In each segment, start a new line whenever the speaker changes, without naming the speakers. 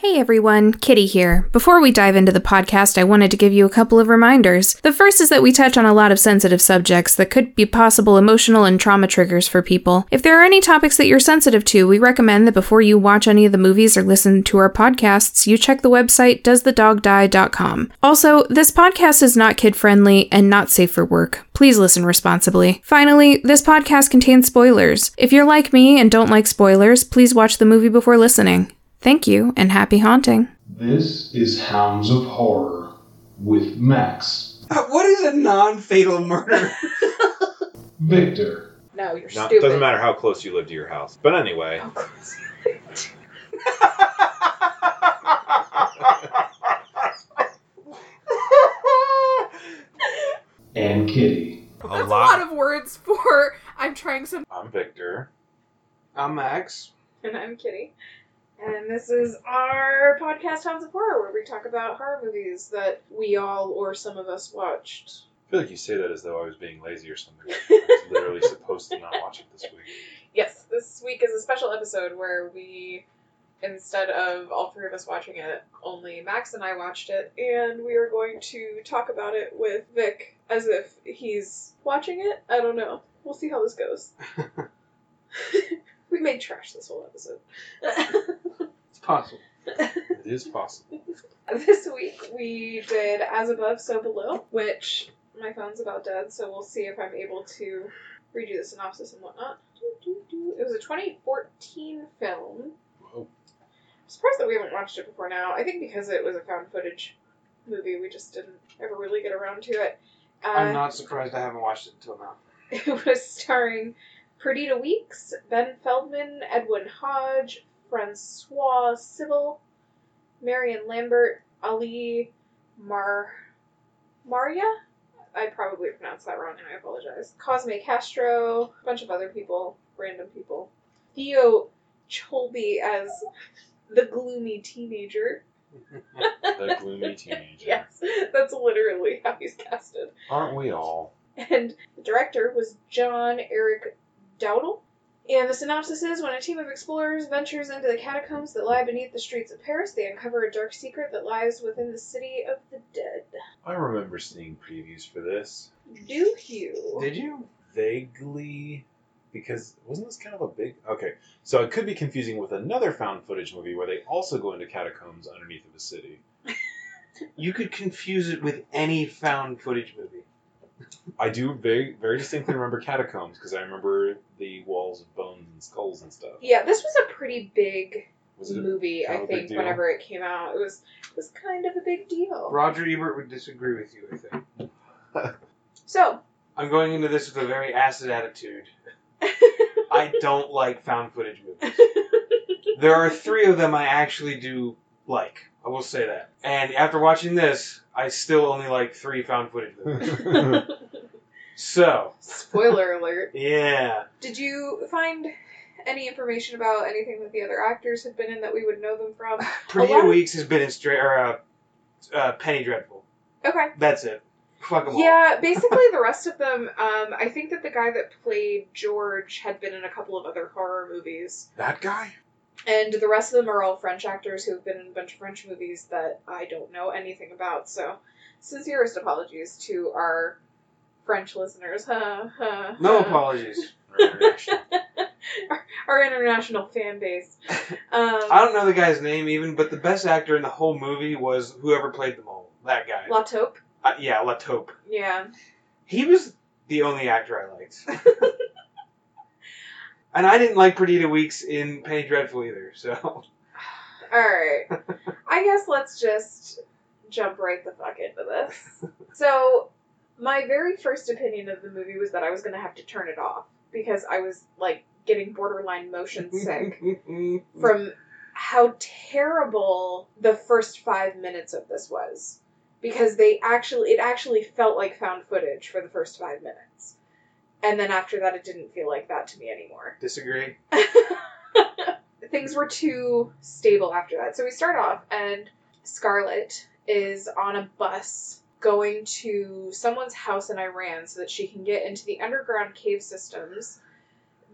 Hey everyone, Kitty here. Before we dive into the podcast, I wanted to give you a couple of reminders. The first is that we touch on a lot of sensitive subjects that could be possible emotional and trauma triggers for people. If there are any topics that you're sensitive to, we recommend that before you watch any of the movies or listen to our podcasts, you check the website doesthedogdie.com. Also, this podcast is not kid friendly and not safe for work. Please listen responsibly. Finally, this podcast contains spoilers. If you're like me and don't like spoilers, please watch the movie before listening. Thank you and happy haunting.
This is Hounds of Horror with Max,
What is a non-fatal murder?
Victor,
No, you're
No,
stupid.
doesn't matter how close you live to your house. But anyway,
How close
and Kitty.
a
That's a
lot.
lot of words for I'm trying some.
I'm Victor.
I'm Max.
And I'm Kitty. And this is our podcast, Hounds of Horror, where we talk about horror movies that we all or some of us watched.
I feel like you say that as though I was being lazy or something. I was literally supposed to not watch it this week.
Yes, this week is a special episode where we, instead of all three of us watching it, only Max and I watched it, and we are going to talk about it with Vic as if he's watching it. I don't know. We'll see how this goes. we made trash this whole episode.
It's possible.
It is possible.
this week we did As Above, So Below, which my phone's about dead, so we'll see if I'm able to read you the synopsis and whatnot. It was a 2014 film.
Whoa.
I'm surprised that we haven't watched it before now. I think because it was a found footage movie, we just didn't ever really get around to it. Uh,
I'm not surprised I haven't watched it until now.
it was starring Perdita Weeks, Ben Feldman, Edwin Hodge, Francois Civil, Marion Lambert, Ali Mar Maria? I probably pronounced that wrong and I apologize. Cosme Castro, a bunch of other people, random people. Theo Cholby as the gloomy teenager.
The gloomy teenager.
Yes, that's literally how he's casted.
Aren't we all?
and the director was John Eric Dowdle. And the synopsis is when a team of explorers ventures into the catacombs that lie beneath the streets of Paris, they uncover a dark secret that lies within the city of the dead.
I remember seeing previews for this
Do you?
Did you?
vaguely because wasn't this kind of a big okay so it could be confusing with another found footage movie where they also go into catacombs underneath of the city
You could confuse it with any found footage movie.
i do very very distinctly remember catacombs because i remember the walls of bones and skulls and stuff
Yeah, this was a pretty big
was it a
movie,
kind
I
of a big
think,
deal?
whenever it came out. It was it was kind of a big deal.
Roger Ebert would disagree with you, I think.
So
I'm going into this with a very acid attitude. I don't like found footage movies. There are three of them I actually do like. I will say that. And after watching this, I still only like three found footage movies. So,
spoiler alert.
yeah.
Did you find any information about anything that the other actors had been in that we would know them from? A lot
Perdita
of-
Weeks has been in straight or uh, uh, Penny Dreadful.
Okay.
That's it. Fuck 'em all.
Yeah, basically the rest of them. Um, I think that the guy that played George had been in a couple of other horror movies,
that guy
and the rest of them are all French actors who have been in a bunch of French movies that I don't know anything about. So, sincerest apologies to our French listeners. Huh, huh,
No
huh.
apologies.
our international fan base. Um,
I don't know the guy's name even, but the best actor in the whole movie was whoever played the mole. That guy.
La Taupe.
Uh, yeah, La Taupe.
Yeah,
He was the only actor I liked. and I didn't like Perdita Weeks in Penny Dreadful either, so.
All right. I guess let's just jump right the fuck into this. So, my very first opinion of the movie was that I was going to have to turn it off because I was like getting borderline motion sick from how terrible the first 5 minutes of this was because they actually it actually felt like found footage for the first 5 minutes. And then after that it didn't feel like that to me anymore
Disagree?
things were too stable after that. So we start off, and Scarlett is on a bus going to someone's house in Iran so that she can get into the underground cave systems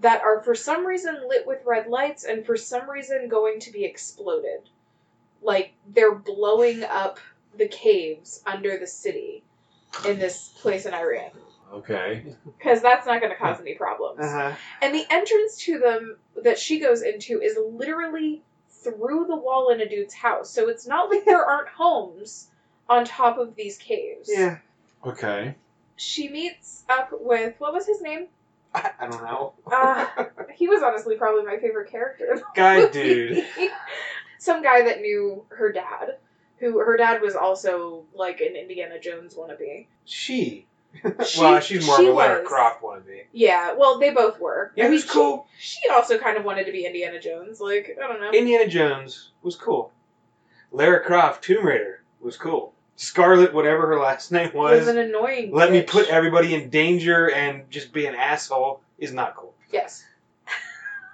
that are for some reason lit with red lights and for some reason going to be exploded. like they're blowing up the caves under the city in this place in Iran
Okay.
because that's not going to cause any problems.
Uh-huh.
And the entrance to them that she goes into is literally through the wall in a dude's house. So it's not like there aren't homes on top of these caves.
Yeah.
Okay.
She meets up with what was his name?
I, I don't know.
Uh, he was honestly probably my favorite character.
Guy, dude.
Some guy that knew her dad, who her dad was also like an Indiana Jones wannabe.
She.
She,
well, she's more
she
of a Lara
was.
Croft wannabe.
Yeah, well, they both were.
Yeah,
I
it
mean,
was cool.
She, she also kind of wanted to be Indiana Jones. Like I don't know.
Indiana Jones was cool. Lara Croft, Tomb Raider was cool. Scarlet, whatever her last name was,
was an annoying.
let me
bitch.
put everybody in danger and just be an asshole is not cool.
Yes.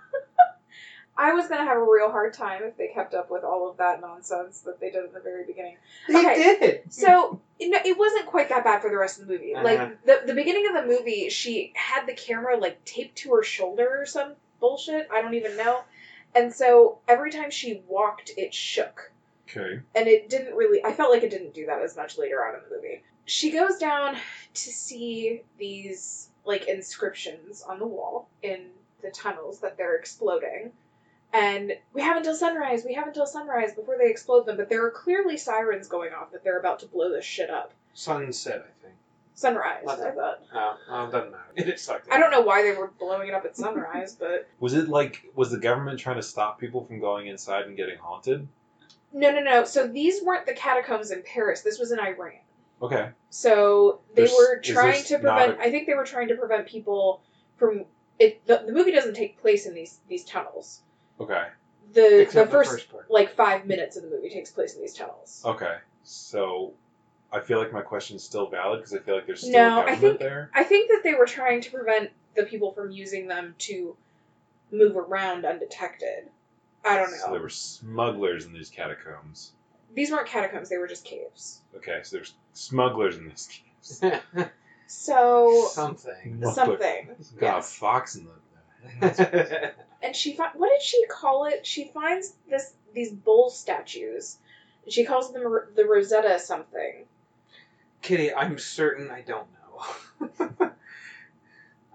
I was gonna have a real hard time if they kept up with all of that nonsense that they did at the very beginning. Okay.
did.
So you know, it wasn't quite that bad for the rest of the movie.
Uh-huh.
Like the the beginning of the movie, she had the camera like taped to her shoulder or some bullshit. I don't even know. And so every time she walked, it shook
Okay.
and it didn't really i felt like it didn't do that as much later on in the movie she goes down to see these like inscriptions on the wall in the tunnels that they're exploding and we have until sunrise we have until sunrise before they explode them but there are clearly sirens going off that they're about to blow this shit up
Sunset, I think.
sunrise i
Lovely.
thought
Oh, well, it doesn't matter. It sucked.
i don't know why they were blowing it up at sunrise but
Was it like was the government trying to stop people from going inside and getting haunted?
no no no so these weren't the catacombs in paris this was in iran
Okay.
So they
There's-
were
is
trying
this
to
not
prevent. I think they were trying to prevent people from. It, the, the movie doesn't take place in these these tunnels.
Okay.
The
Except
the first,
part.
like five minutes of the movie takes place in these tunnels.
Okay. So I feel like my question is still valid because I feel like there's still
No,
a
I
government
think-
there.
I think that they were trying to prevent the people from using them to move around undetected. I don't know.
So there were smugglers in these catacombs.
these weren't catacombs; they were just caves.
Okay, so there's smugglers in these caves.
So
Something.
Mother-
something.
Got
Yes.
a fox in the.
That's
and she fi- what did she call it? She finds this these bull statues. and She calls them r- the Rosetta something.
Kitty, I'm certain I don't know.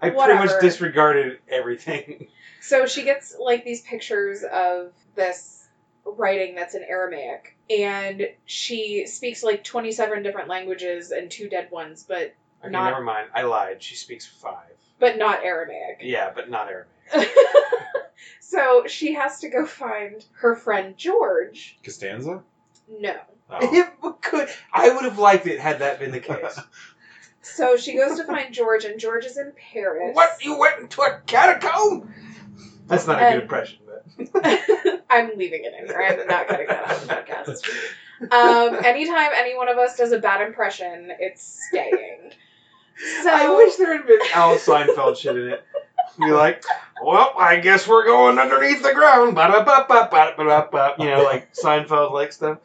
I pretty
Whatever.
much disregarded everything.
So she gets like these pictures of this writing that's in Aramaic, and she speaks like twenty seven different languages and two dead ones, but
Okay,
Not-
never mind. I lied. She speaks five.
but not Aramaic.
Yeah, but not Aramaic.
so she has to go find her friend George.
Costanza?
No.
Oh.
It could. I would have liked it had that been the case.
So she goes to find George, and George is in Paris.
what? You went into a catacomb? That's not a
And-
good impression, but.
I'm leaving it in there. I'm not cutting that out of the podcast. Um, anytime any one of us does a bad impression, it's staying. So
I wish there had been Al Seinfeld shit in it. Be like, well, I guess we're going underneath the ground. Ba-da-ba-ba-ba-ba-ba. You know, like Seinfeld like stuff.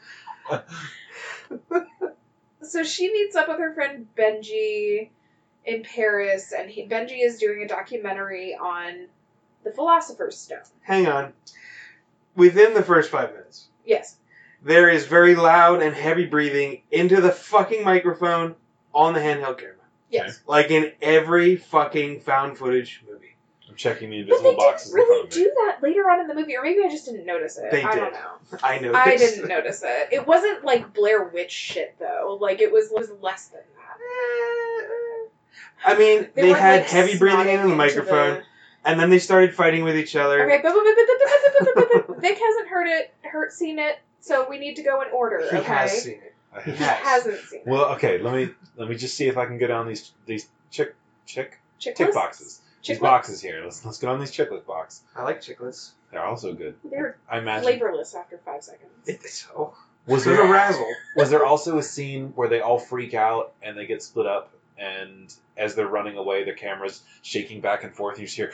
so she meets up with her friend Benji in Paris, and he, Benji is doing a documentary on the Philosopher's Stone.
Hang on. Within the first five minutes,
Yes,
there is very loud and heavy breathing into the fucking microphone on the handheld camera.
yes.
Like in every fucking found footage movie.
Oh, I'm checking the
But
invisible
they
boxes
didn't really
in front of me.
do that later on in the movie, or maybe I just didn't notice it.
They
I
did.
don't know.
I know
I
this.
didn't notice it. It wasn't like Blair Witch shit though. Like it was was less than that.
I mean, they,
weren't,
had
like,
heavy breathing
snotting
into the
into
microphone, and then they started fighting with each other.
Okay, but, but, but, but, but, but, but, but, but Vic hasn't heard it, heard seen it, so we need to go in order.
He
okay,
has seen it.
I
He
have-
Yes.
hasn't seen it.
Well, okay. Let me let me just see if I can get on these these chick chick
Chick
tick
lists?
boxes.
Chick
these boxes here. Let's let's get on these chicklist box.
I like chicklets.
They're also good.
lists? They're
I imagine.
flavorless after five seconds.
It's so. It's
Was
a
there
razzle.
was there also a scene where they all freak out and they get split up and as they're running away, the camera's shaking back and forth. And you just hear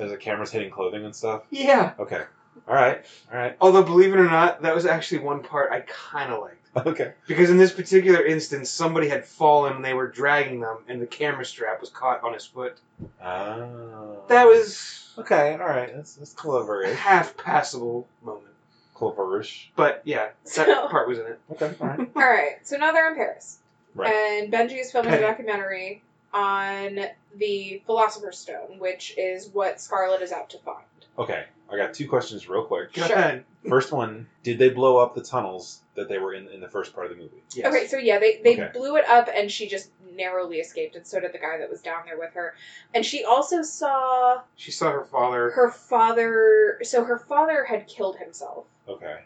as the camera's hitting clothing and stuff.
Yeah.
Okay. All right. All right.
Although, believe it or not, that was actually one part I kind of liked.
Okay.
Because in this particular instance, somebody had fallen and they were dragging them, and the camera strap was caught on his foot.
Oh.
That was
okay. All right. That's that's
a
clever.
half passable moment.
Cloverish.
But yeah, that
So-
part was in it.
Okay, all right.
All right, so now they're in Paris,
Right.
and Benji is filming a
Penny.
documentary on the Philosopher's Stone, which is what Scarlet is out to find.
Okay, I got two questions real quick.
Go
Sure.
ahead.
First one: Did they blow up the tunnels that they were in in the first part of the movie?
Yes.
Okay, so yeah, they, they
Okay.
blew it up, and she just narrowly escaped, and so did the guy that was down there with her. And she also saw
She saw her father.
her father. So her father had killed himself,
Okay,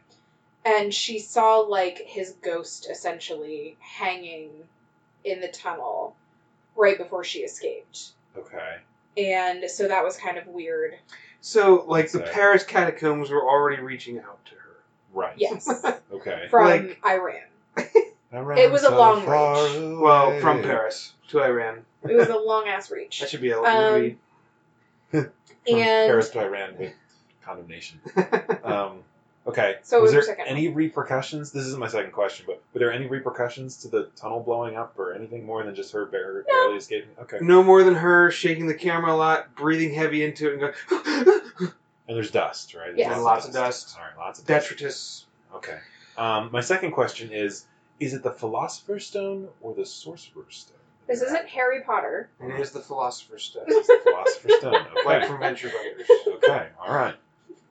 and she saw like his ghost essentially hanging in the tunnel right before she escaped.
okay,
And so that was kind of weird.
So, like, the
So-
Paris catacombs were already reaching out to her.
right.
Yes.
Okay.
from
Like-
Iran.
Around
was a
so
long
far
reach.
away.
Well, from Paris to Iran.
It was a long ass reach.
That should be a
Um,
movie.
From
And
Paris to Iran with condemnation. um, okay.
So
was
it was
there
her second
any repercussions? This is my second question, but were there any repercussions to the tunnel blowing up or anything more than just her bar- barely escaping? Okay.
No more than her shaking the camera a lot, breathing heavy into it, and going,
And there's dust, right? There's
Yes.
And lots of dust.
All right, lots of dust.
detritus.
Okay. Um, my second question is: Is it the Philosopher's Stone or the Sorcerer's Stone?
this isn't Harry Potter.
And it is the Philosopher's Stone.
It's the Philosopher's Stone.
like
Okay.
from Venture Brothers.
okay. All right.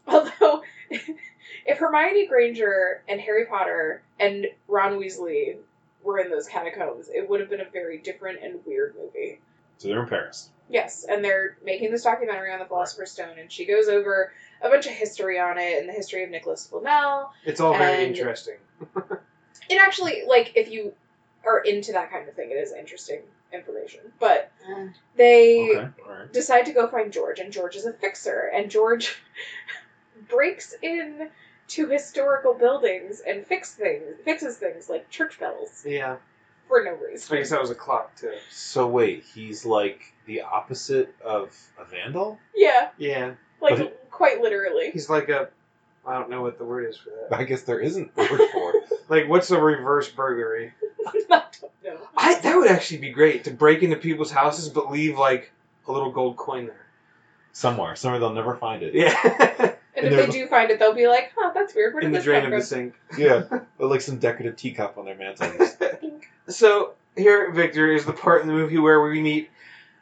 Although, if Hermione Granger and Harry Potter and Ron Weasley were in those catacombs, it would have been a very different and weird movie.
So they're in Paris.
Yes, and they're making this documentary on the Philosopher's Stone, and she goes over a bunch of history on it and the history of Nicholas Flamel.
It's all very
And-
interesting.
It actually, like, if you are into that kind of thing, it is interesting information. But they.
Okay. All right.
decide to go find George, and George is a fixer, and George breaks in to historical buildings and fix things, fixes things like church bells
Yeah.
for no
I
reason.
guess that was a clock, too.
So wait, he's like the opposite of a vandal.
Yeah,
Yeah.
like
But
quite literally.
He's like a. I don't know what the word is for that.
I guess there isn't a word for it.
Like, what's a reverse burglary?
No.
I That would actually be great to break into people's houses but leave, like, a little gold coin there.
Somewhere, somewhere they'll never find it.
Yeah.
And,
And
if they
there's-
do find it, they'll be like, "Huh, that's weird. Where did
In the
this
drain of
come from?"
the sink.
Yeah, but like some decorative teacup on their mantel.
So here, Victor, is the part in the movie where we meet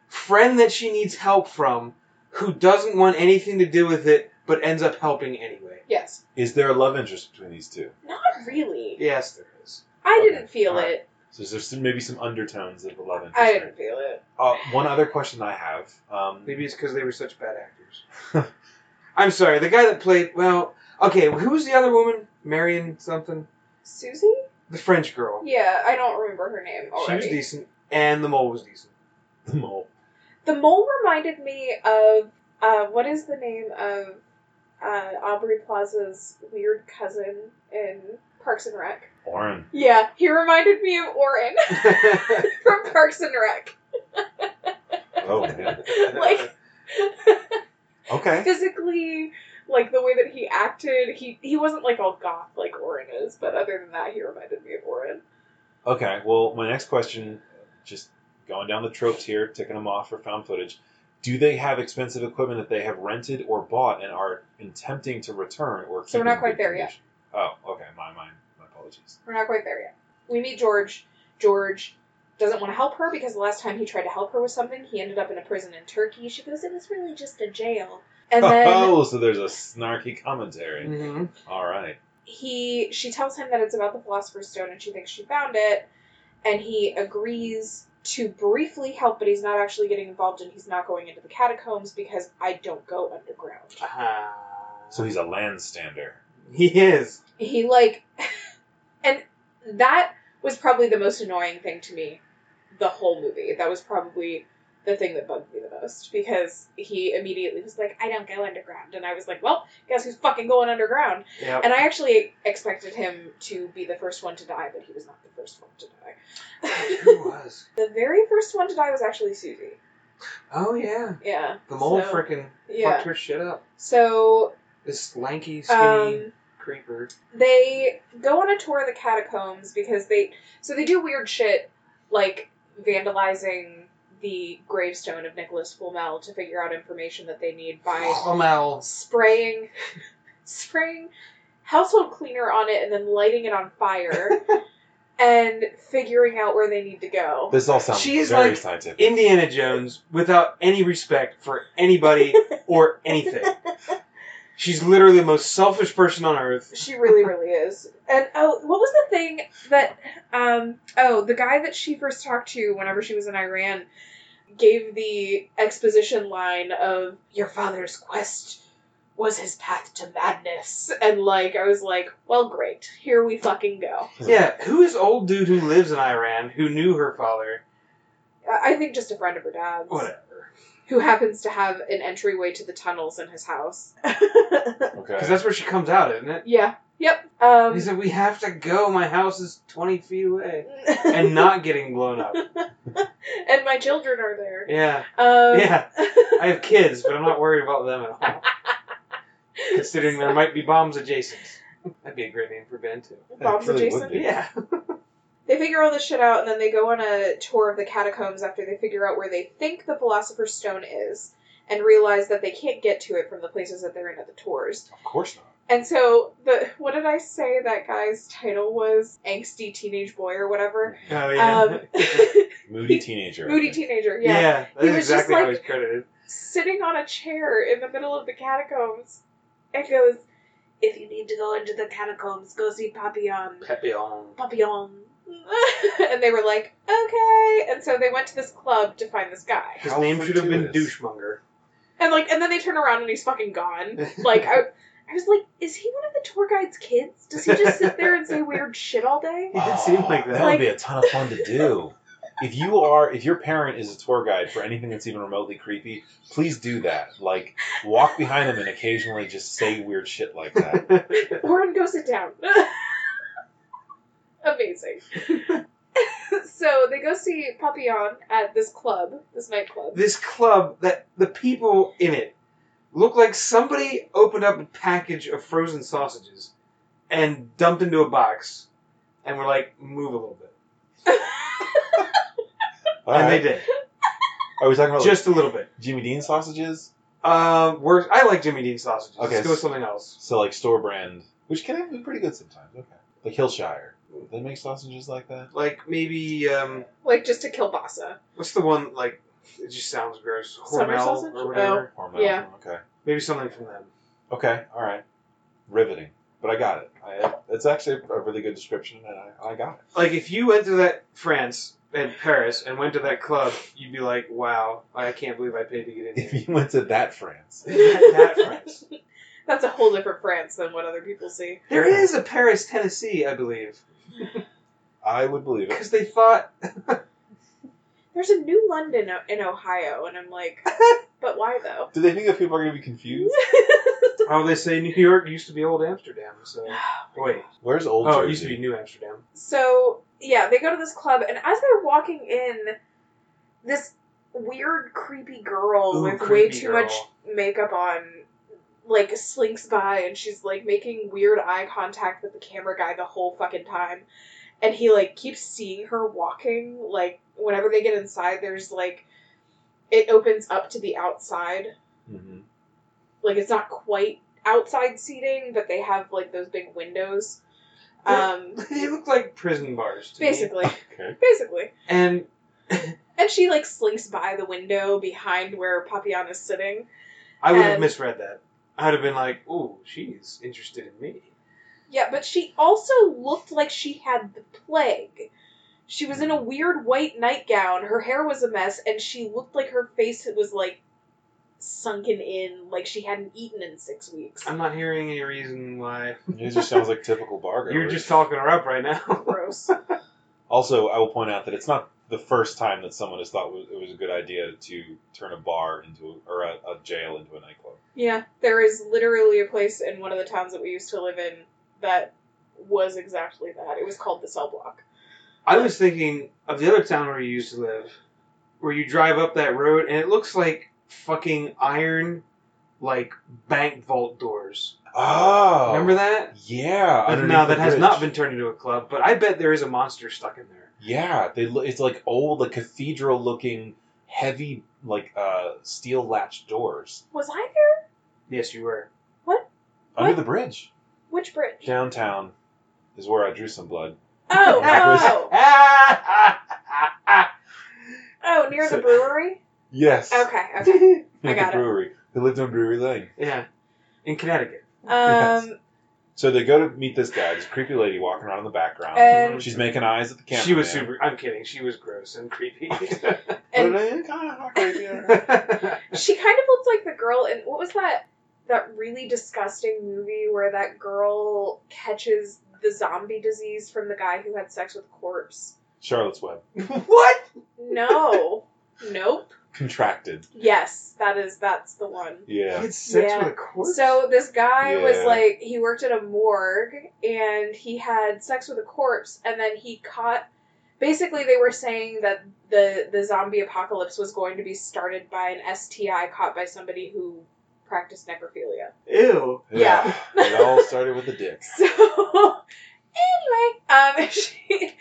friend that she needs help from, who doesn't want anything to do with it, but ends up helping anyway.
Yes,
Is there a love interest between these two?
not really.
Yes, there is.
I
Okay,
didn't feel
alright.
it.
So there's some, maybe some undertones of a love interest.
I
there.
didn't feel it.
Uh, one other question I have. Um,
Maybe it's because they were such bad actors. I'm sorry, the guy that played well. Okay, who was the other woman? Marion something,
Susie?
the French girl.
Yeah, I don't remember her name already.
She was decent, and the mole was decent.
the mole.
The mole reminded me of uh, what is the name of uh, Aubrey Plaza's weird cousin in Parks and Rec?
Orin.
Yeah, he reminded me of Orin from Parks and Rec.
Oh man.
Like
Okay.
physically, like the way that he acted, he he wasn't like all goth like Orin is, but other than that, he reminded me of Orin.
Okay. Well, my next question, just going down the tropes here, ticking them off for found footage. Do they have expensive equipment that they have rented or bought and are attempting to return or?
So we're
keep
not
in
quite
good
there yet.
condition? Oh, okay. My my my apologies.
We're not quite there yet. We meet George. George doesn't want to help her because the last time he tried to help her with something, he ended up in a prison in Turkey. She goes, "It was really just a jail." And then
oh, so there's a snarky commentary.
hmm
All right.
he, she tells him that it's about the Philosopher's Stone, and she thinks she found it, and he agrees to briefly help, but he's not actually getting involved, and he's not going into the catacombs because I don't go underground.
uh
So he's a landstander.
he is.
He like, and that was probably the most annoying thing to me, the whole movie. That was probably the thing that bugged me the most because he immediately was like, "I don't go underground," and I was like, "Well, guess who's fucking going underground?"
Yeah.
And I actually expected him to be the first one to die, but he was not the first one to die.
Who was?
the very first one to die was actually Susie.
Oh yeah,
Yeah,
the mole
so-
frickin'
Yeah,
fucked her shit up.
so
This lanky, skinny
um,
creeper.
they go on a tour of the catacombs because they so they do weird shit like vandalizing the gravestone of Nicholas Flamel to figure out information that they need by
Flamel.
spraying spraying household cleaner on it and then lighting it on fire and figuring out where they need to go.
This all sounds
She's
very
like
scientific.
Indiana Jones without any respect for anybody or anything. She's literally the most selfish person on earth.
She really, really is. And oh, what was the thing that um oh, the guy that she first talked to whenever she was in Iran gave the exposition line of your father's quest was his path to madness. And like I was like, well great, here we fucking go.
Yeah, who is old dude who lives in Iran who knew her father?
I I think just a friend of her dad's.
Whatever.
Who happens to have an entryway to the tunnels in his house.
Because
okay.
that's where she comes out, isn't it?
yeah. Yep. Um
He said, "We have to go. My house is twenty feet away, and not getting blown up."
and my children are there.
Yeah,
Um,
yeah. I have kids, but I'm not worried about them at all. Considering there might be bombs adjacent, that'd be a great name for Ben too.
Bob's
It really
adjacent.
would be.
Yeah,
They figure all this shit out, and then they go on a tour of the catacombs after they figure out where they think the Philosopher's Stone is, and realize that they can't get to it from the places that they're in at the tours.
Of course not.
And so the what did I say that guy's title was? Angsty teenage boy or whatever.
oh,
Um,
Moody teenager.
moody teenager.
yeah.
Yeah.
that's
He was just
exactly how
like-
he's credited.
sitting on a chair in the middle of the catacombs and goes, If you need to go into the catacombs, go see Papillon.
Papillon.
Papillon. and they were like, Okay. And so they went to this club to find this guy.
His
How
name should have been
fortuitous.
Douchemonger.
And like and then they turn around and he's fucking gone. Like I I was like, is he one of the tour guide's kids? Does he just sit there and say weird shit all day?
It didn't seem like that.
That would be a ton of fun to do. if you are, if your parent is a tour guide for anything that's even remotely creepy, please do that. Like, walk behind them and occasionally just say weird shit like that.
Warren, go sit down. Amazing. so they go see Papillon at this club, this nightclub.
this club that the people in it look like somebody opened up a package of frozen sausages and dumped into a box and were like, move a little bit.
All
and
right.
they did.
Are we talking about just
Just a little bit.
Jimmy Dean sausages?
Um, worse, I like Jimmy Dean sausages.
Okay,
Let's go with
s-
something else.
So like store brand, which can be pretty good sometimes. Okay, like Hillshire, they make sausages like that.
Like maybe, um,
like just to kill Bassa.
what's the one, like, it just sounds gross.
Summer
Hormel
sausage? Oh.
or whatever.
Hormel.
Yeah.
Okay.
Maybe something from them.
Okay. All right. Riveting, but I got it. I, it's actually a really good description, and I, I got it.
Like, if you went to that France and Paris and went to that club, you'd be like, wow, I can't believe I paid to get in here.
If you went to that France,
that France.
That's a whole different France than what other people see.
There is a Paris, Tennessee, I believe,
I would believe it.
because they thought
There's a new London o- in Ohio, and I'm like, but why though?
Do they think that people are going to be confused?
oh, they say New York used to be old Amsterdam. So wait,
Where's old
oh, it used to be
Jersey?
New Amsterdam.
so yeah, they go to this club, and as they're walking in, this weird, creepy girl
Ooh,
with way
creepy
too
girl.
much makeup on, like slinks by, and she's like making weird eye contact with the camera guy the whole fucking time, and he like keeps seeing her walking. Like whenever they get inside, there's like it opens up to the outside.
hmm
Like it's not quite outside seating, but they have like those big windows.
Yeah.
Um,
they look like prison bars, to me.
basically,
Okay.
basically.
And
And she like slinks by the window behind where Papillon is sitting.
I would have
Um,
misread that. I'd have been like, "Ooh, she's interested in me."
Yeah, but she also looked like she had the plague. She was in a weird white nightgown, her hair was a mess, and she looked like her face was like sunken in, like she hadn't eaten in six weeks.
I'm not hearing any reason why
It just sounds like typical Bargo.
you're just talking her up right now.
Gross.
Also, I will point out that it's not the first time that someone has thought it was a good idea to turn a bar into or a, a jail into a nightclub.
Yeah, there is literally a place in one of the towns that we used to live in that was exactly that. It was called the Cell Block.
I was thinking of the other town where you used to live, where you drive up that road and it looks like fucking iron, like bank vault doors.
Oh,
Remember that?
Yeah.
But
underneath
now
the
that has
bridge.
not been turned into a club, but I bet there is a monster stuck in there.
Yeah, they lo- it's like old, like cathedral looking, heavy like uh steel latch doors
Was I there?
Yes, you were.
under
What?
the bridge.
Which bridge?
Downtown is where I drew some blood.
Oh,
Backwards.
oh, oh, oh, near the
So-
brewery.
Yes.
Okay, okay. I
At the
got it.
brewery. They lived on Brewery Lane.
yeah, in Connecticut.
Yes.
Um,
So they go to meet this guy, this creepy lady walking around in the background.
and
She's making eyes at the camera.
she was super. I'm kidding. She was gross and creepy.
and
kind of creepy.
she kind of looked like the girl in what was that? That really disgusting movie where that girl catches the zombie disease from the guy who had sex with a corpse.
Charlotte's Web.
what?
No, nope.
Contracted.
Yes, that is that's the one.
Yeah.
It's sex
Yeah.
with a corpse.
So this guy was
Yeah.
like he worked at a morgue and he had sex with a corpse and then he caught basically they were saying that the the zombie apocalypse was going to be started by an STI caught by somebody who practiced necrophilia.
ew.
Yeah.
it all started with a dick.
So anyway, um she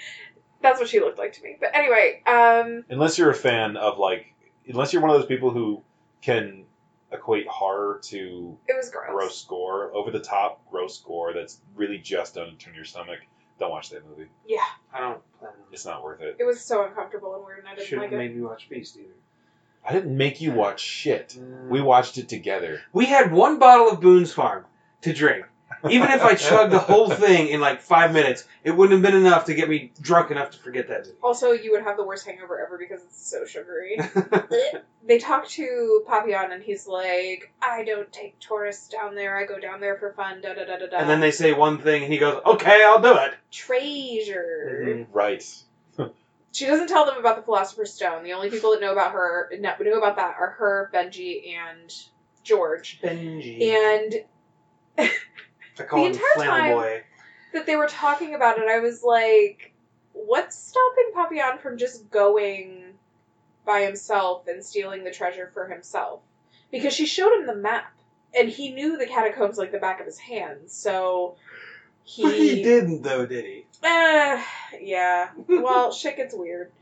that's what she looked like to me. But anyway, um
Unless you're a fan of, like, unless you're one of those people who can equate horror to
it was gross.
gross gore, over the top gross gore that's really just done to turn your stomach, don't watch that movie.
Yeah.
I don't plan on
It's not worth it.
It was so uncomfortable and weird and I didn't
Should
like
have
it.
made me watch Beast either.
I didn't make you watch shit. We watched it together.
we had one bottle of Boone's Farm to drink. Even if I chugged the whole thing in like five minutes, it wouldn't have been enough to get me drunk enough to forget that movie.
Also, you would have the worst hangover ever because it's so sugary. they talk to Papillon and he's like, I don't take tourists down there. I go down there for fun. Da da da da da.
And then they say one thing, and he goes, "Okay, I'll do it."
treasure.
Mhm.
Right.
She doesn't tell them about the Philosopher's Stone. The only people that know about her, no, know about that, are her, Benji, and George.
Benji.
And
I call
the
him
entire
Flannel
time-
Boy.
that they were talking about it, I was like, what's stopping Papillon from just going by himself and stealing the treasure for himself? Because she showed him the map, and he knew the catacombs like the back of his hand, so he.
But he didn't, though, did he?
Uh, yeah. Well, shit gets weird.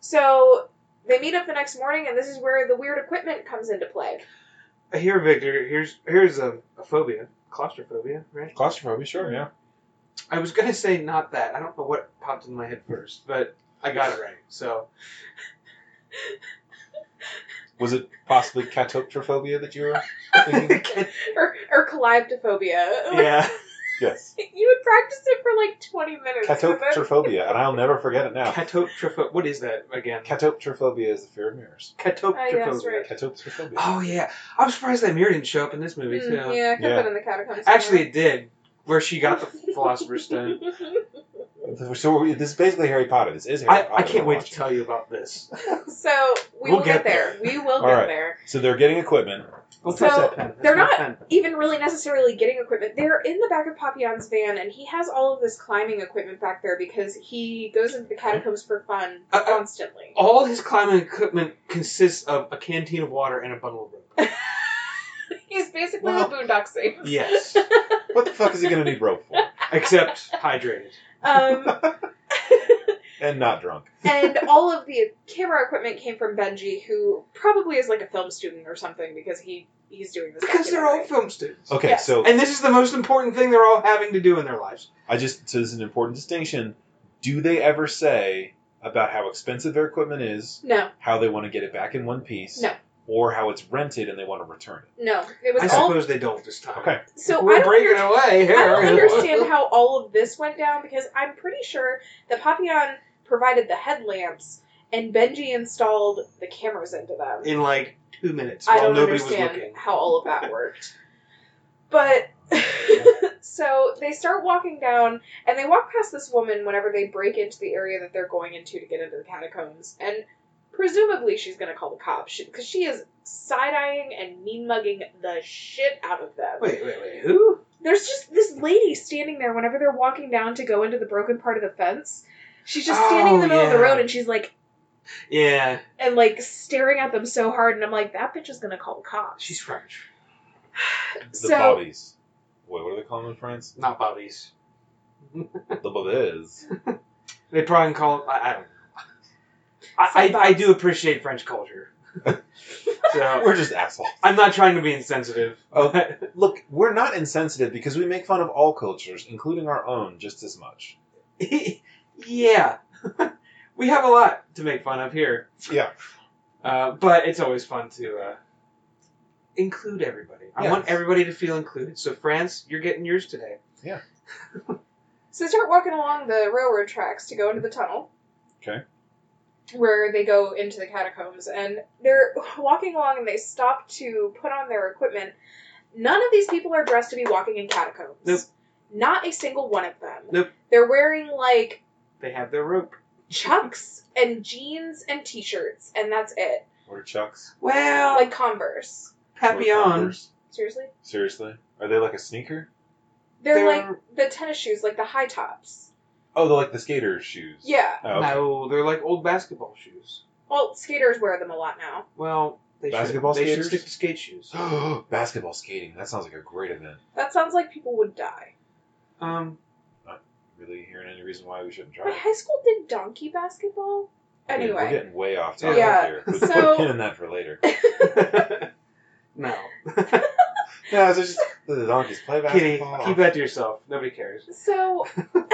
So they meet up the next morning, and this is where the weird equipment comes into play.
Here, Victor. Here's here's a, a phobia, claustrophobia, right?
Claustrophobia, sure, yeah.
I was gonna say not that. I don't know what popped in my head first, but I got it right. So
Was it possibly catoptrophobia that you were thinking?
yeah,
Or, or calyptophobia.
yes.
you had practiced it for like 20 minutes. and then-
Catoptrophobia, and I'll never forget it now.
catoptrophobia. What is that again?
Catoptrophobia is the fear of mirrors.
Catoptrophobia.
Oh, yeah, that's right.
Catoptrophobia.
Oh yeah, I'm surprised that mirror didn't show up in this movie too.
Mm, yeah, it could have
Yeah.
been in the catacombs.
Actually, it did, where she got the Philosopher's Stone.
Uh, So we- this is basically Harry Potter. This is Harry
I,
Potter.
I can't wait
we're
to
watching.
tell you about this.
so we
We'll
will
get
get, there.
there.
We will
All
get
right.
there.
So they're getting equipment.
Don't
So,
touch that pen. That's
they're
my
not-
pen.
Even really necessarily getting equipment. They're in the back of Papillon's van, and he has all of this climbing equipment back there because he goes into the catacombs for fun
Uh, uh,
constantly.
All his climbing equipment consists of a canteen of water and a bundle of rope.
He's basically
well-
the Boondock Saints.
Yes,
What the fuck is he going to need rope for?
except hydrated.
Um,
And not drunk.
and all of the camera equipment came from Benji, who probably is like a film student or something because he he's doing this
Because they're all
documentary.
film students.
Okay,
Yes.
so
And this is the most important thing they're all having to do in their lives.
I just so this is an important distinction. Do they ever say about how expensive their equipment is,
No,
how they want to get it back in one piece,
No.
or how it's rented and they want to return it?
no, it was
I
all.
suppose they don't this time.
Okay.
So I
We're
don't
breaking
under-
away here.
I don't understand how all of this went down because I'm pretty sure that Papillon provided the headlamps and Benji installed the cameras into them.
In like two minutes,
I
while
don't
nobody was
understand
looking.
how all of that worked. But so they start walking down and they walk past this woman whenever they break into the area that they're going into to get into the catacombs and presumably she's going to call the cops because she is side-eyeing and mean-mugging the shit out of them
Wait, wait, wait. Who?
there's just this lady standing there whenever they're walking down to go into the broken part of the fence. She's just standing in the
Oh,
middle of the
yeah.
road and she's like
Yeah,
and like staring at them so hard and I'm like, that bitch is gonna call the cops.
she's French,
The
so
bodies. Wait, what are they calling them in France?
not bodies.
the bodies.
They probably call. I, I don't. know. I,
Some
I, I
bodies.
do appreciate French culture. So
We're just assholes.
I'm not trying to be insensitive.
Oh, look, we're not insensitive because we make fun of all cultures, including our own, just as much.
yeah. we have a lot to make fun of here.
Yeah.
Uh, but it's always fun to uh, include everybody. I
Yeah.
want everybody to feel included. So, France, you're getting yours today.
So they start walking along the railroad tracks to go into the tunnel.
Okay.
Where they go into the catacombs, and they're walking along and they stop to put on their equipment. None of these people are dressed to be walking in catacombs.
Nope.
Not a single one of them.
Nope.
They're wearing like
They have their rope.
chucks and jeans and t shirts, and that's it.
Or Chucks.
Well,
Like Converse.
or
Papillon.
Converse.
Seriously?
Seriously? Are they like a sneaker?
They're,
They're-
like the tennis shoes, like the high tops.
Oh, they're like the skater shoes.
Yeah.
Oh, okay.
No, they're like old basketball shoes.
Well, skaters wear them a lot now.
Well, they
Basketball
should, they should
skaters?
stick to skate shoes.
Basketball skating. That sounds like a great event.
That sounds like people would die.
Um,
Really hearing any reason why we shouldn't try
My
it.
high school did donkey basketball.
Okay,
Anyway.
We're getting way off topic
Yeah.
here. Put,
So-
put a pin in that for later.
no.
No, it's just the donkeys play
Kitty,
basketball.
keep that to yourself. Nobody cares.
So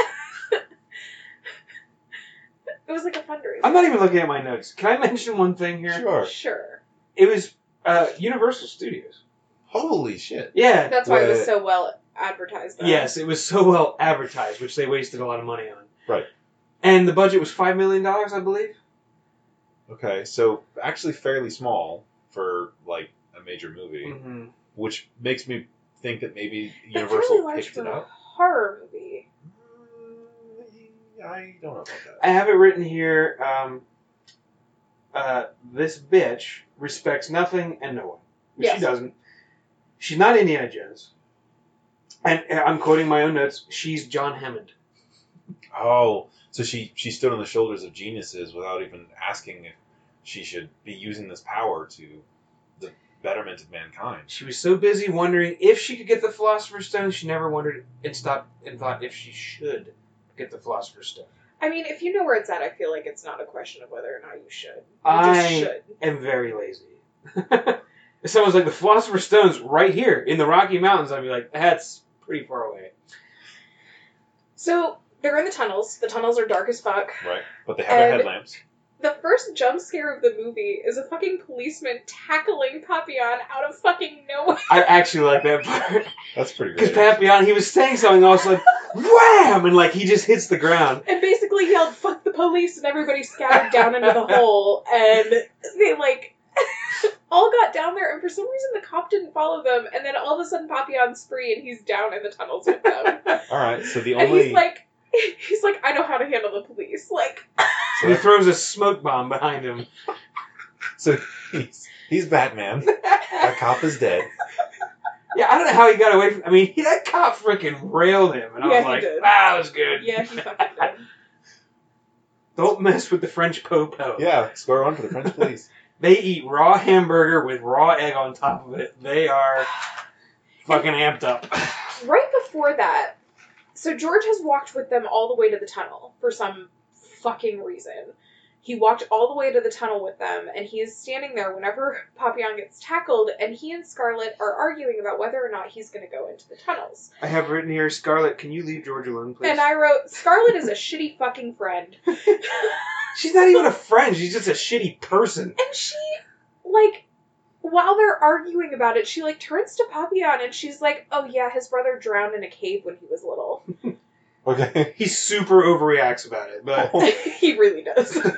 it was like a fundraiser.
I'm not even looking at my notes. Can I mention one thing here?
Sure.
sure.
It was uh, Universal Studios.
Holy shit.
Yeah.
That's why it was
Wait.
so well advertised. Though.
Yes, it was so well advertised, which they wasted a lot of money on.
Right.
And the budget was five million dollars, I believe.
Okay, so actually fairly small for like a major movie,
Mm-hmm.
which makes me think that maybe
That's
Universal
really large
picked
for
it
a
up.
horror movie.
Mm, I don't know about that.
I have it written here. Um, uh, this bitch respects nothing and no one. Which
Yes.
She doesn't. She's not Indiana Jones. And and I'm quoting my own notes. She's John Hammond.
Oh, so she she stood on the shoulders of geniuses without even asking if she should be using this power to the betterment of mankind.
She was so busy wondering if she could get the Philosopher's Stone, she never wondered and stopped and thought if she should get the Philosopher's Stone.
I mean, if you know where it's at, I feel like it's not a question of whether or not you should. You
I-
just should.
am very lazy. if someone's like, the Philosopher's Stone's right here in the Rocky Mountains, I'd be like, that's pretty far away.
So they're in the tunnels. The tunnels are dark as fuck.
Right, but they have their
And-
headlamps.
The first jump scare of the movie is a fucking policeman tackling Papillon out of fucking nowhere.
I actually like that part.
That's pretty
Because
great.
Papillon, he was saying something, I was like, wham! And like, he just hits the ground.
and basically yelled "fuck the police" and everybody scattered down into the hole, and they like all got down there. And for some reason, the cop didn't follow them, and then all of a sudden, Papillon's free, and he's down in the tunnels with them.
All right, so the
and
only
he's like, he's like, I know how to handle the police. Like,
so
And he
that-
throws a smoke bomb behind him.
so he's, he's Batman. That cop is dead.
Yeah, I don't know how he got away from I mean, he, that cop freaking railed him. And I
Yeah,
was
he
like,
did.
ah, that was good.
yeah, he fucking did.
Don't mess with the French popo.
Yeah, square one for the French police.
They eat raw hamburger with raw egg on top of it. They are fucking amped up.
Right before that, so George has walked with them all the way to the tunnel for some fucking reason. He walked all the way to the tunnel with them, and he is standing there whenever Papillon gets tackled, and he and Scarlet are arguing about whether or not he's going to go into the tunnels.
I have written here, Scarlett, can you leave George alone, please?
And I wrote, Scarlet is a shitty fucking friend.
she's not even a friend. She's just a shitty person.
And she, like, while they're arguing about it, she, like, turns to Papillon and she's like, oh yeah, his brother drowned in a cave when he was little.
Okay.
He super overreacts about it, but
he really does. Uh,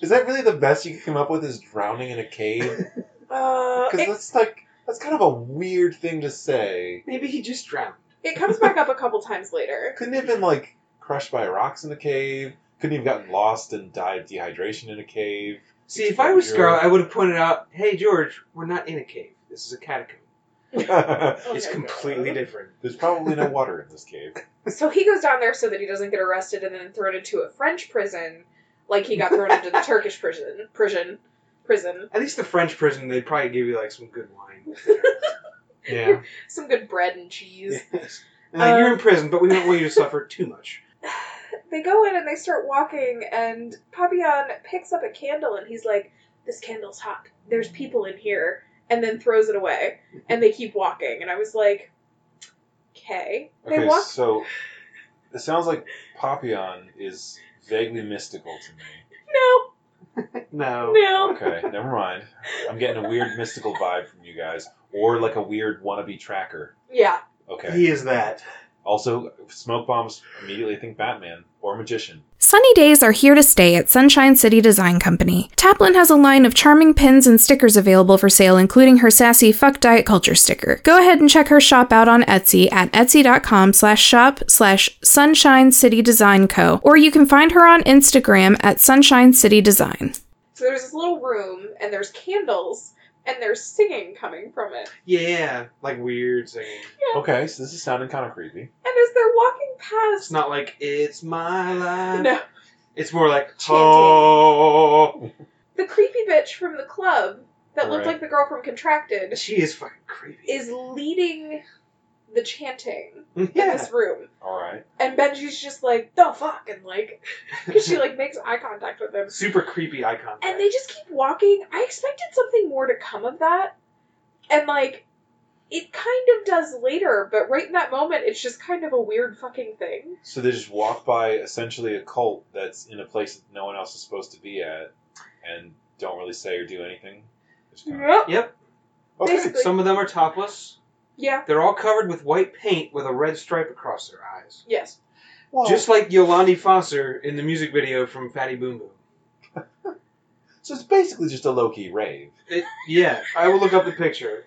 Is that really the best you can come up with? Is drowning in a cave?
Uh,
Because
it
that's like that's kind of a weird thing to say.
maybe he just drowned.
It comes back up a couple times later.
Couldn't he have been like crushed by rocks in the cave. Couldn't he have gotten lost and died of dehydration in a cave.
See, if I was
You're-
Scarlett, I would have pointed out, hey, George, we're not in a cave. This is a catacomb.
There's
It's
Okay.
completely different.
probably no water in this cave.
So he goes down there so that he doesn't get arrested and then thrown into a French prison, like he got thrown into the Turkish prison, prison, prison.
At least the French prison, they'd probably give you like some good wine.
Yeah.
Some good bread and cheese.
Yes. Uh, you're
Um,
in prison, but we don't want you to suffer too much.
They go in and they start walking, and Papillon picks up a candle and he's like, This candle's hot. There's people in here. And then throws it away. And they keep walking. And I was like, Okay. They
Okay,
walk.
so it sounds like Papillon is vaguely mystical to me.
No,
No.
no.
Oh, Okay, never mind. I'm getting a weird mystical vibe from you guys, or like a weird wannabe tracker.
Yeah.
Okay.
He is that.
Also, smoke bombs immediately think Batman or magician.
Sunny days are here to stay at Sunshine City Design Company. Taplin has a line of charming pins and stickers available for sale, including her sassy "fuck diet culture" sticker. Go ahead and check her shop out on Etsy at etsy.com/shop/sunshine slash Sunshine City Design Co. Or you can find her on Instagram at Sunshine City Design.
So there's this little room, and there's candles, and there's singing coming from it.
Yeah, like weird singing.
Okay, so this is sounding kind of creepy.
And as they're walking
It's
past,
not like it's my life.
no,
It's more like
Chanting.
oh,
the creepy bitch from the club that looked
Right.
like the girl from Contracted
she is fucking creepy.
is leading the chanting in
yeah.
this room.
All right.
And Benji's just like, the fuck, and like, because she like makes eye contact with him.
Super creepy eye contact.
And they just keep walking. I expected something more to come of that. And like, it kind of does later, but right in that moment, it's just kind of a weird fucking thing.
So they just walk by essentially a cult that's in a place that no one else is supposed to be at, and don't really say or do anything. Just kinda-
Yep.
Yep.
Okay.
Basically-
Some of them are topless.
Yeah.
They're all covered with white paint with a red stripe across their eyes.
Yes.
Just
Oh.
Just
like Yolandi Foster in the music video from Fatty Boom Boom.
so it's basically just a low key rave.
It, yeah, I will look up the picture.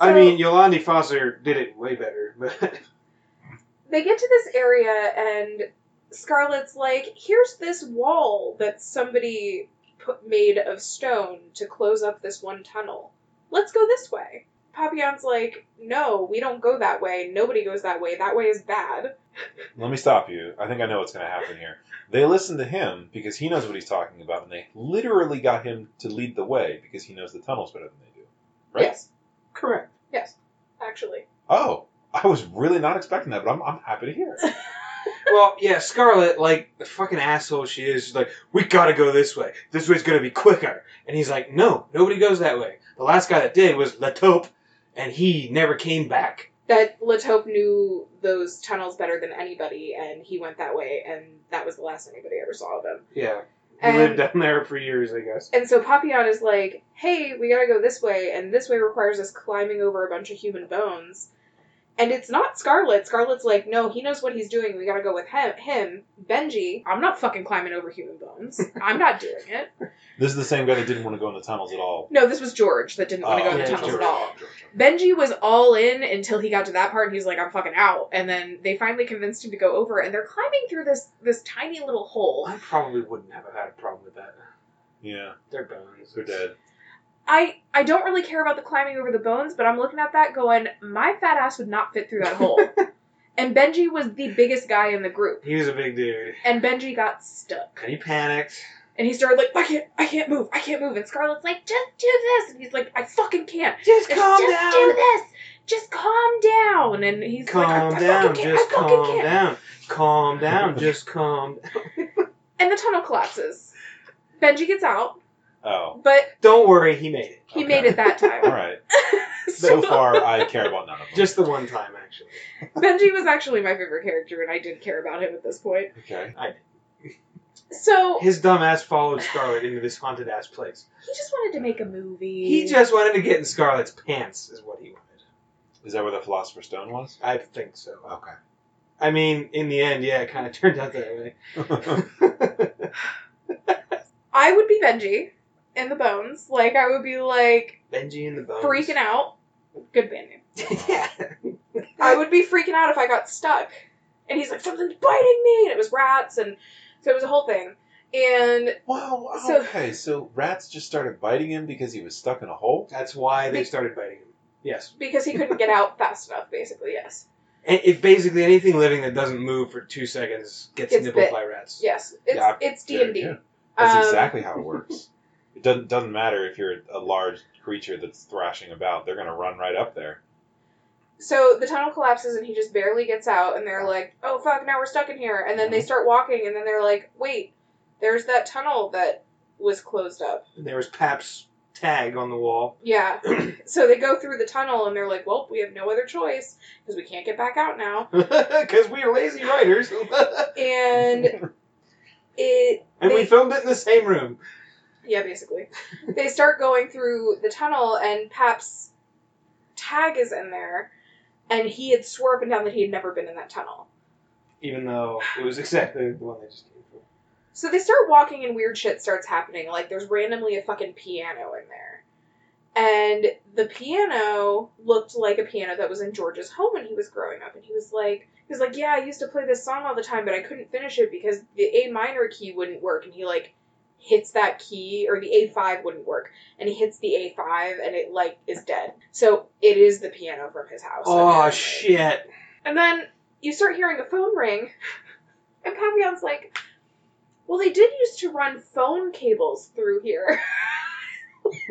I
So-
mean, Yolandi Foster did it way better, but
they get to this area and Scarlett's like, here's this wall that somebody put made of stone to close up this one tunnel. Let's go this way. Papillon's like, no, we don't go that way. Nobody goes that way. That way is bad.
Let me stop you. I think I know what's going to happen here. They listen to him because he knows what he's talking about, and they literally got him to lead the way because he knows the tunnels better than they do. Right?
Yes,
correct.
yes, actually.
Oh, I was really not expecting that, but I'm, I'm happy to hear it.
Well, yeah, Scarlett, like the fucking asshole she is, she's like, "We gotta go this way. This way's gonna be quicker." And he's like, "No, nobody goes that way." The last guy that did was Latope, and he never came back.
That Latope knew those tunnels better than anybody, and he went that way, and that was the last anybody ever saw of him.
Yeah, he
And-
lived down there for years, I guess.
And so Papillon is like, hey, we gotta go this way, and this way requires us climbing over a bunch of human bones. And it's not Scarlet. Scarlet's like, no, he knows what he's doing. We gotta go with him. Him, Benji. I'm not fucking climbing over human bones. I'm not doing it.
This is the same guy that didn't want to go in the tunnels at all.
No, this was George that didn't want to
Oh,
go in the
yeah,
tunnels
George.
at all.
George, George.
Benji was all in until he got to that part, and he's like, "I'm fucking out." And then they finally convinced him to go over, and they're climbing through this this tiny little hole.
I probably wouldn't have had a problem with that.
Yeah,
They're bones.
they're dead.
I I don't really care about the climbing over the bones, but I'm looking at that going, my fat ass would not fit through that hole. and Benji was the biggest guy in the group,
He was a big dude,
and Benji got stuck,
and he panicked.
and he started like, I can't, I can't move, I can't move, and Scarlett's like, just do this, and he's like, I fucking can't.
Just
Just,
calm
just
down.
do this. Just calm down, and he's
Calm
like, I, I
down,
fucking can't.
just
I fucking
calm
can't.
down. Calm down, just calm.
And the tunnel collapses. Benji gets out,
Oh,
but
Don't worry, he made it.
he
Okay.
made it that
all
time.
right. So far, I care about none of them.
Just the one time, actually.
Benji was actually my favorite character, and I did care about him at this point.
okay.
So
His dumb ass followed Scarlet into this haunted ass place.
He just wanted to make a movie.
He just wanted to get in Scarlet's pants, is what he wanted.
Is that where the Philosopher's Stone was?
I think so.
Okay.
I mean, in the end, yeah, it kind of turned out that way.
I would be Benji in the Bones. Like I would be like
Benji and the bones.
freaking out. Good band name.
yeah.
I would be freaking out if I got stuck. And he's like, something's biting me, and it was rats, and so it was a whole thing. And
wow.
So-
Okay. So rats just started biting him because he was stuck in a hole.
That's why they started biting him. Yes.
because he couldn't get out fast enough, basically, yes,
And if basically anything living that doesn't move for two seconds gets,
Gets
nibbled
bit.
by rats.
yes, it's
Yeah,
it's D and D.
Yeah, That's
Um,
exactly how it works. It doesn't doesn't matter if you're a large creature that's thrashing about; they're going to run right up there.
so the tunnel collapses and he just barely gets out and they're like, "Oh fuck, now we're stuck in here." And
Mhm.
then they start walking and then they're like, "Wait, there's that tunnel that was closed up."
And there was Pap's tag on the wall.
Yeah. so they go through the tunnel and they're like, "Well, we have no other choice because we can't get back out now."
Because we're lazy writers.
And it
and we
they-
filmed it in the same room.
Yeah, basically. they start going through the tunnel, and Pap's tag is in there, and he had swore up and down that he had never been in that tunnel.
Even though it was exactly the one they just came from.
So they start walking, and weird shit starts happening. Like, there's randomly a fucking piano in there. And the piano looked like a piano that was in George's home when he was growing up. And he was like, he was like, yeah, I used to play this song all the time, but I couldn't finish it because the A minor key wouldn't work. And he like hits that key, or the A five wouldn't work, and he hits the A five, and it like is dead. So it is the piano from his house.
Oh
apparently.
shit.
And then you start hearing a phone ring, and Papillon's like, "Well, they did used to run phone cables through here.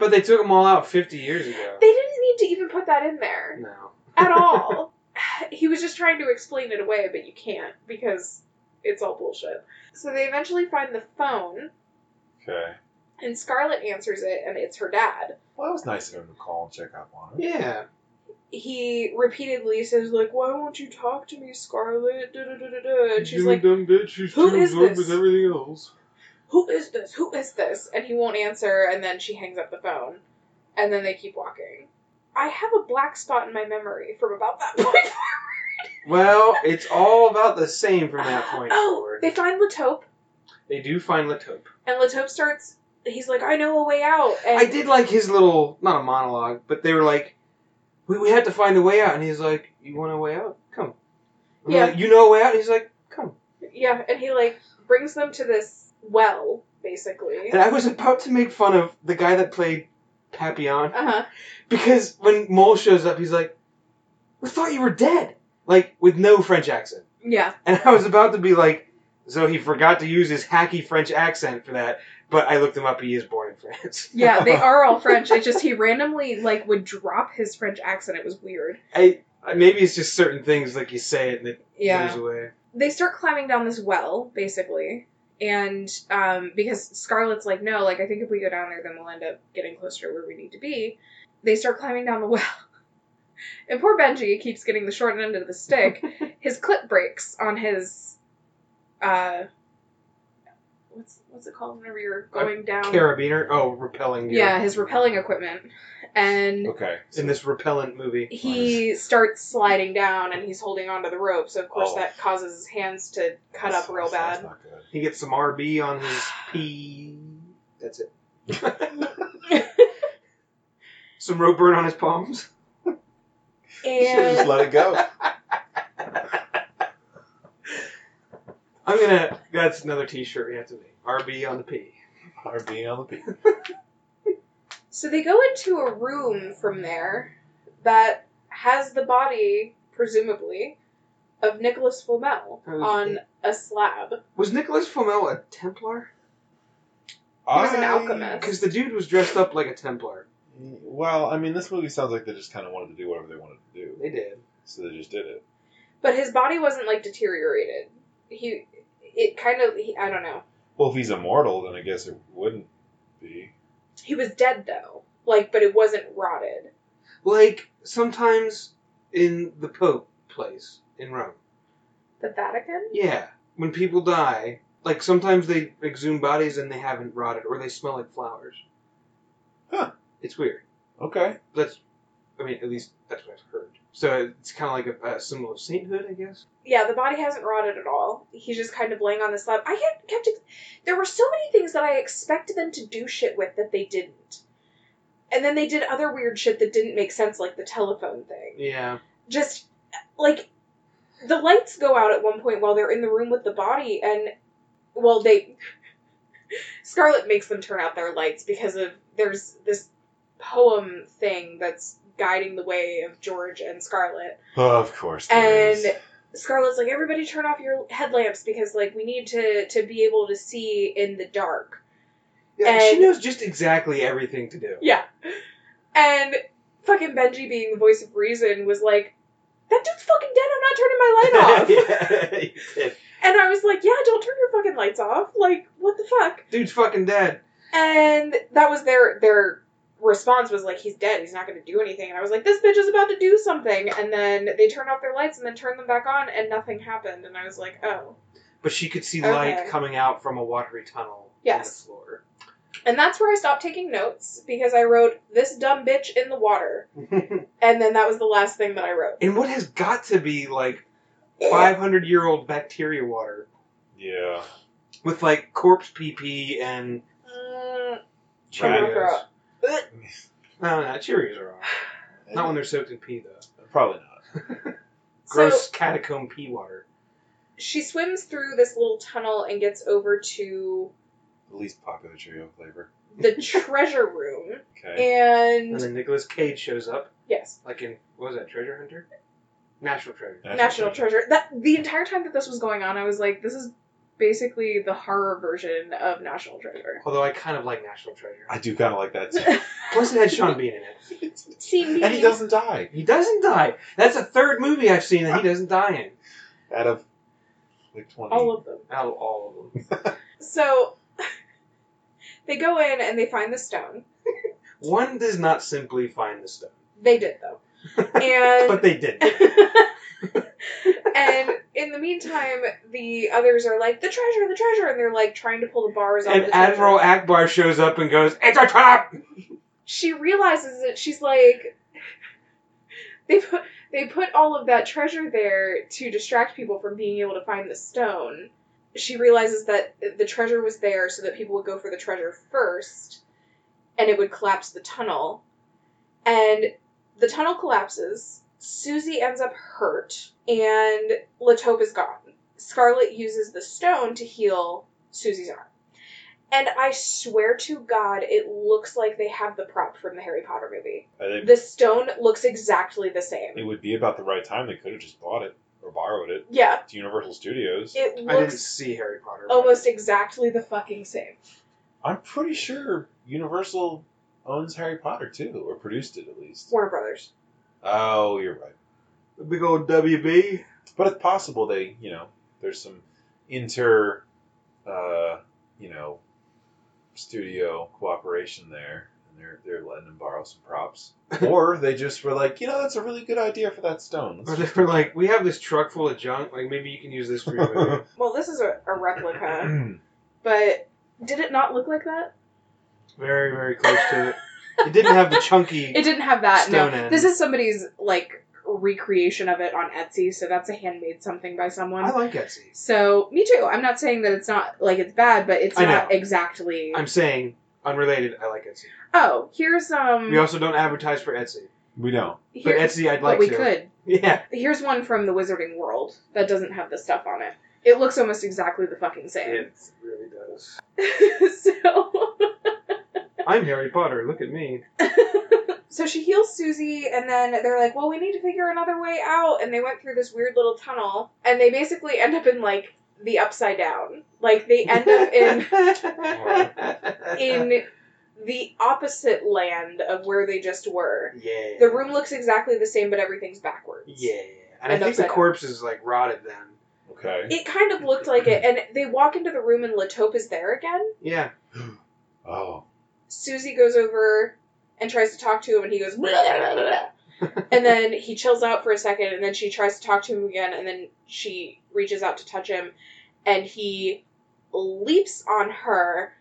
But they took them all out 50 years ago.
they didn't need to even put that in there
No.
at all." he was just trying to explain it away, but you can't because it's all bullshit. So they eventually find the phone,
Okay.
and Scarlett answers it, and it's her dad.
Well, that was nice of him to call and check up on her.
Yeah.
He repeatedly says like, "Why won't you talk to me, Scarlett?" Da, da, da, da, da. And she's like,
dumb bitch who's
"Who too is absorbed this?" with
everything else.
who is this? Who is this? And he won't answer, and then she hangs up the phone, and then they keep walking. I have a black spot in my memory from about that point.
Well, it's all about the same from that point
oh,
forward.
they find Latope,
They do find Latope.
and Latope starts. He's like, I know a way out. And
I did like his little, not a monologue, but they were like, we, we had to find a way out. And he's like, you want a way out? Come. And they're
Yeah.
like, you know a way out? And he's like, come.
Yeah, and he like brings them to this well, basically.
And I was about to make fun of the guy that played Papillon.
Uh huh.
Because when Mole shows up, he's like, "We thought you were dead," like with no French accent.
Yeah.
And I was about to be like, "So he forgot to use his hacky French accent for that." But I looked him up; he is born in France.
Yeah, they are all French. It's just he randomly like would drop his French accent. It was weird.
I, I- maybe it's just certain things like you say it and it
Yeah.
goes away.
they start climbing down this well, basically. And um, because Scarlett's like, no, like I think if we go down there, then we'll end up getting closer to where we need to be. They start climbing down the well, and poor Benji keeps getting the short end of the stick. his clip breaks on his, uh, what's what's it called whenever you're going down?
Carabiner, oh, repelling. gear.
yeah, his rappelling equipment, and
Okay.
In this repellent movie,
he starts sliding down, and he's holding onto the rope. So of course
Oh.
that causes his hands to cut up real bad.
That's not good.
he gets some RB on his P. That's it. some rope burn on his palms.
Should've just
And
let it go.
I'm gonna. That's another T-shirt we have to make. RB on the P.
Our being on the beach.
so they go into a room from there that has the body, presumably, of Nicholas Flamel
Oh,
on a slab.
Was Nicholas Flamel a Templar?
was an
I-
alchemist.
Because the dude was dressed up like a Templar.
Well, I mean, this movie sounds like they just kind of wanted to do whatever they wanted to do,
They did.
so they just did it.
But his body wasn't like deteriorated. He, it kind of, he, I don't know.
Well, if he's immortal, then I guess it wouldn't be.
He was dead though. Like, but it wasn't rotted.
Like sometimes in the Pope place in Rome.
The Vatican?
Yeah, when people die, like sometimes they exhume bodies and they haven't rotted, or they smell like flowers.
Huh.
It's weird.
Okay.
That's, I mean, at least that's what I've heard. So it's kind of like a, a symbol of sainthood, I guess.
Yeah, the body hasn't rotted at all. He's just kind of laying on the slab. I had kept. Ex- there were so many things that I expected them to do shit with that they didn't. And then they did other weird shit that didn't make sense, like the telephone thing.
Yeah.
Just like the lights go out at one point while they're in the room with the body, and well, they. Scarlet makes them turn out their lights because of there's this poem thing that's guiding the way of George and Scarlet.
of course. there is.
And Scarlett's like, everybody turn off your headlamps because like we need to to be able to see in the dark.
yeah she
And-
knows just exactly everything to do.
Yeah. And fucking Benji being the voice of reason was like, that dude's fucking dead. I'm not turning my light off. And I was like, yeah, don't turn your fucking lights off. Like, what the fuck?
Dude's fucking dead.
And that was their their response was like, he's dead. He's not going to do anything. And I was like, this bitch is about to do something. And then they turned off their lights and then turned them back on, and nothing happened. And I was like, oh.
But she could see
Okay.
light coming out from a watery tunnel
Yes.
in the floor.
And that's where I stopped taking notes because I wrote this dumb bitch in the water, and then that was the last thing that I wrote.
in what has got to be like 500 year old bacteria water
yeah.
with like corpse PP and.
Mm,
Right.
gonna throw
Cheerios.
up. Ugh.
No, no, Cheerios are all right. Not when they're soaked in pee, though.
Probably not.
Gross
So
catacomb pee water.
she swims through this little tunnel and gets over to
The least popular Cheerio flavor.
the treasure room,
Okay.
And
and
then Nicolas Cage shows up,
yes,
like in, what was that, Treasure Hunter? National Treasure.
National Treasure. That the entire time that this was going on, I was like, this is basically the horror version of National Treasure.
Although I kind of like National Treasure.
I do kind of like that too.
Plus, it had Sean Bean in it.
See
and he doesn't die.
He doesn't die. That's a third movie I've seen that he doesn't die in.
Out of like 20.
all of them.
Out of all of them.
So they go in and they find the stone.
One does not simply find the stone.
They did though, and
But they did.
and in the meantime, the others are like the treasure, the treasure, and they're like trying to pull the bars off.
And
the treasure.
Admiral Akbar shows up and goes, It's a trap!
she realizes that she's like they put they put all of that treasure there to distract people from being able to find the stone. She realizes that the treasure was there so that people would go for the treasure first and it would collapse the tunnel. And the tunnel collapses. Susie ends up hurt and Latope is gone. Scarlet uses the stone to heal Susie's arm. And I swear to God, it looks like they have the prop from the Harry Potter movie.
I think
The stone looks exactly the
it
same.
would be about the right time. They could have just bought it or borrowed it
Yeah,
to Universal Studios.
it
I didn't
looks
see Harry Potter. but-
almost exactly the fucking same.
I'm pretty sure Universal owns Harry Potter too, or produced it at least.
Warner Brothers.
Oh, you're right.
The big old WB.
But it's possible they, you know, there's some inter, uh, you know, studio cooperation there, and they're they're letting them borrow some props, or they just were like, you know, that's a really good idea for that stone.
Or
Let's
they
just-
were like, We have this truck full of junk. Like, maybe you can use this for your movie.
Well, this is a, a replica, but did it not look like that?
very, very close to it. It didn't have the chunky.
It didn't have that.
Stone
no,
end.
this is somebody's like recreation of it on Etsy, so that's a handmade something by someone.
I like Etsy.
so me too. I'm not saying that it's not like it's bad, but it's
I
not
know.
exactly.
I'm saying, unrelated, I like Etsy.
Oh, here's um.
We also don't advertise for Etsy.
we don't.
But
here-
Etsy, I'd
but
like
we
to.
could.
Yeah.
Here's one from the Wizarding World that doesn't have the stuff on it. It looks almost exactly the fucking same.
It really does.
so,
I'm Harry Potter. Look at me.
so she heals Susie, and then they're like, "Well, we need to figure another way out." And they went through this weird little tunnel, and they basically end up in like the upside down. Like they end up in in the opposite land of where they just were.
Yeah.
The room looks exactly the same, but everything's backwards.
Yeah. And,
And
I think the
upside down.
corpse is like rotted then.
Okay.
It kind of looked like it, and they walk into the room, and Latope is there again.
Yeah.
Oh,
Susie goes over and tries to talk to him, and he goes, "Blah, blah, blah, blah." and then he chills out for a second, and then she tries to talk to him again, and then she reaches out to touch him, and he leaps on her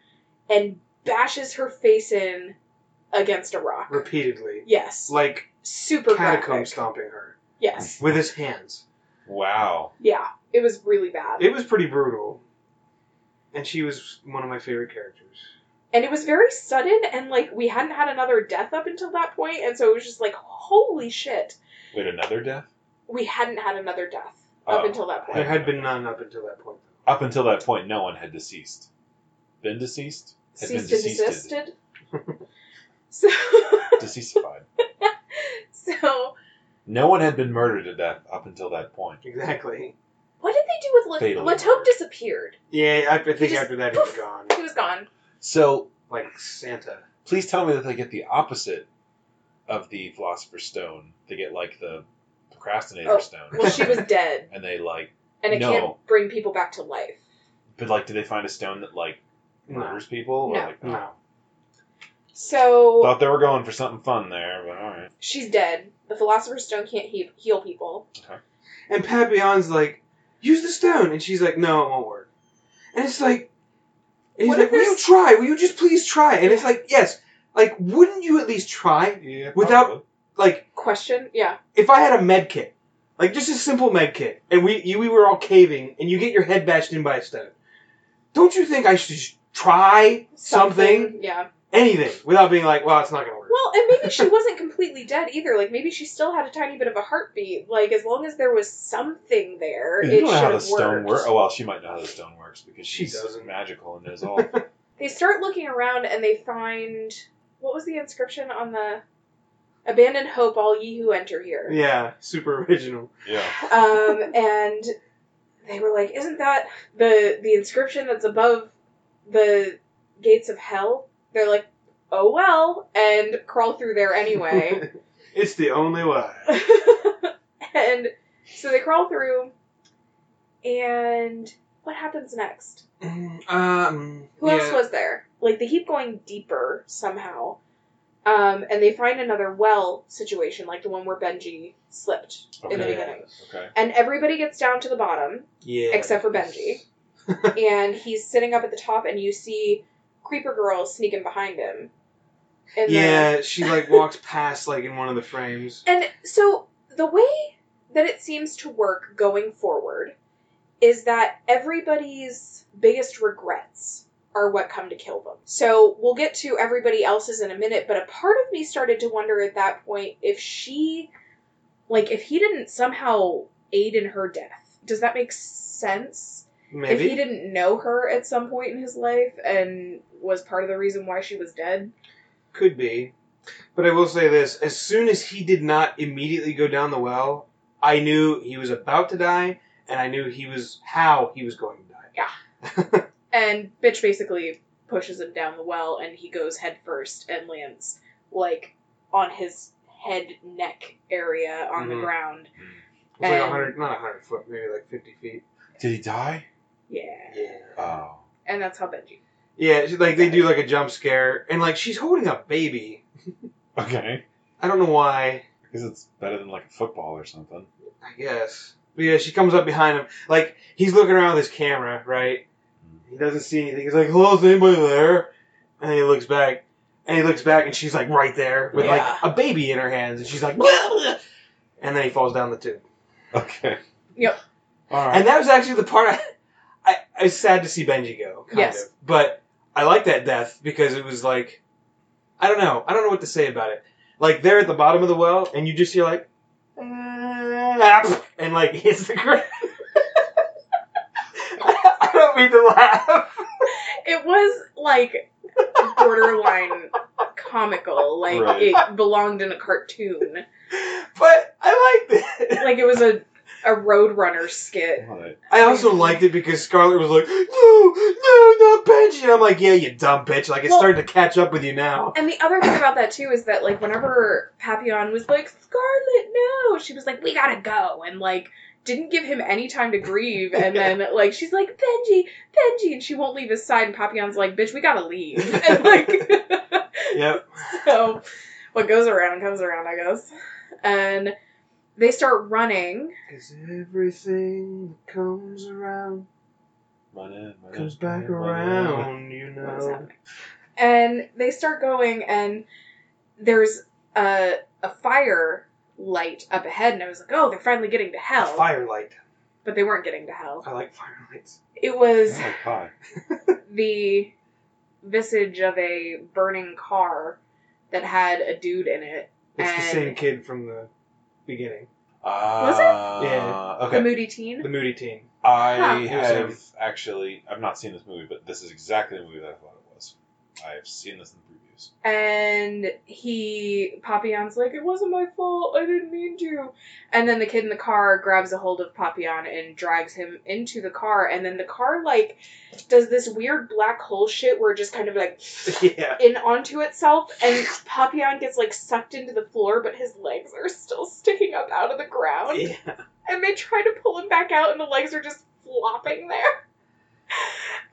and bashes her face in against a rock.
Repeatedly.
Yes,
Like
super
catacomb
graphic.
stomping her
Yes,
with his hands.
wow.
yeah, it was really bad,
It was pretty brutal. And she was one of my favorite characters.
and it was very sudden, and like we hadn't had another death up until that point, and so it was just like, holy shit,
Wait, another death?
we hadn't had another death up
Oh.
until that point.
There had been none up until that point.
Up until that point, no one had deceased. Been deceased? Had
ceased
been
and
deceased.
desisted. so,
Deceastified.
so
No one had been murdered to death up until that point.
Exactly.
what did they do with
Fatal.
La- Latope? Disappeared.
Yeah, I I
He
think
just-
after that he was gone.
He was gone.
So
Like Santa.
please tell me that they get the opposite of the Philosopher's Stone. They get like the Procrastinator
Oh,
Stone,
Well, she was dead,
and they like,
and it
No.
can't bring people back to life.
but like, do they find a stone that like
No.
murders people? Or,
No.
like,
No.
So
Thought they were going for something fun there, but all right.
she's dead. The Philosopher's Stone can't he- heal people.
And Papillon's like, use the stone. And she's like, no, it won't work. And it's like, and he's
What if
like, will you
there's-
try? Will you just please try? And it's like, yes. Like, wouldn't you at least try?
Yeah,
Without-
probably.
Like,
Question? Yeah.
if I had a med kit, like just a simple med kit, and we you, we were all caving, and you get your head bashed in by a stone, don't you think I should just try something,
Yeah.
anything, without being like, well, it's not gonna work.
Well, and maybe she wasn't completely dead either. Like maybe she still had a tiny bit of a heartbeat. Like as long as there was something there,
You
it
know
should
how the
have
stone
worked.
works. Oh well, she might know how the stone works because
She
she's
doesn't.
magical and knows all.
They start looking around and they find what was the inscription on the "Abandon hope, all ye who enter here."
Yeah, super original.
yeah,
um, and they were like, "Isn't that the the inscription that's above the gates of hell?" They're like, "Oh well," and crawl through there anyway.
It's the only way.
and so they crawl through, and what happens next?
Um,
Who else was there? Like they keep going deeper somehow. Um, and they find another well situation, like the one where Benji slipped in the
Okay.
beginning.
okay.
And everybody gets down to the bottom,
Yeah.
except for Benji. and he's sitting up at the top, and you see Creeper Girl sneaking behind him. And
yeah, she like walks past like in one of the frames.
and so the way that it seems to work going forward is that everybody's biggest regrets are what come to kill them. So we'll get to everybody else's in a minute, but a part of me started to wonder at that point if she, like, if he didn't somehow aid in her death. Does that make sense?
Maybe.
If he didn't know her at some point in his life and was part of the reason why she was dead?
Could be. But I will say this as soon as he did not immediately go down the well, I knew he was about to die, and I knew he was how he was going to die.
And bitch basically pushes him down the well, and he goes head first and lands like on his head neck area on
Mhm.
the ground.
It was like
And-
100, not 100 foot, maybe like 50 feet.
Did he die?
Yeah,
Yeah.
Oh,
and that's how Benji.
Yeah, she- like they do like a jump scare, and like she's holding a baby.
okay.
I don't know why,
Because it's better than like a football or something.
I guess. But yeah, she comes up behind him. Like he's looking around with his camera, right? He doesn't see anything. He's like, hello, is anybody there? And he looks back. And he looks back and she's like right there with
Yeah.
like a baby in her hands. And she's like, "Blah, blah," and then he falls down the tube.
Okay.
Yep.
All right.
And that was actually the part I, I, I was sad to see Benji go. Kind
Yes.
Of. But I like that death because it was like, I don't know. I don't know what to say about it. Like they're at the bottom of the well and you just hear like, "Eh, "Ah," and like hits the ground. I don't mean to laugh.
It was like borderline comical, like
Right.
it belonged in a cartoon,
But I liked it.
like it was a a Roadrunner skit.
All right.
I also liked it because Scarlett was like, "No, no, not Benji." And I'm like, "Yeah, you dumb bitch!" Like it's
Well-
starting to catch up with you now.
And the other thing about that too is that like whenever Papillon was like, Scarlet, no, she was like, We gotta go and like didn't give him any time to grieve and then like she's like, Benji, Benji and she won't leave his side and Papillon's like, Bitch, we gotta leave and like
Yep.
So what goes around comes around, I guess. And they start running.
Because everything that comes around
Run in, run in,
comes
run
back
in, run in.
around, you
What is
know.
happening? And they start going, and there's a, a fire light up ahead, and I was like, oh, they're finally getting to hell.
Firelight.
But they weren't getting to hell.
I like firelights.
It was
Oh, pie.
the visage of a burning car that had a dude in it.
It's the
And-
same kid from the beginning,
it?
Uh,
Yeah.
Okay.
The moody teen.
the moody teen.
I
Huh.
have actually, I've not seen this movie, but this is exactly the movie that I thought it was. I have seen this in previews.
is.
and he Papillon's like, "It wasn't my fault. I didn't mean to." And then the kid in the car grabs a hold of Papillon and drags him into the car, and then the car like does this weird black hole shit where it just kind of like
yeah.
in onto itself, and Papillon gets like sucked into the floor, but his legs are still sticking up out of the ground,
yeah.
and they try to pull him back out, and the legs are just flopping there,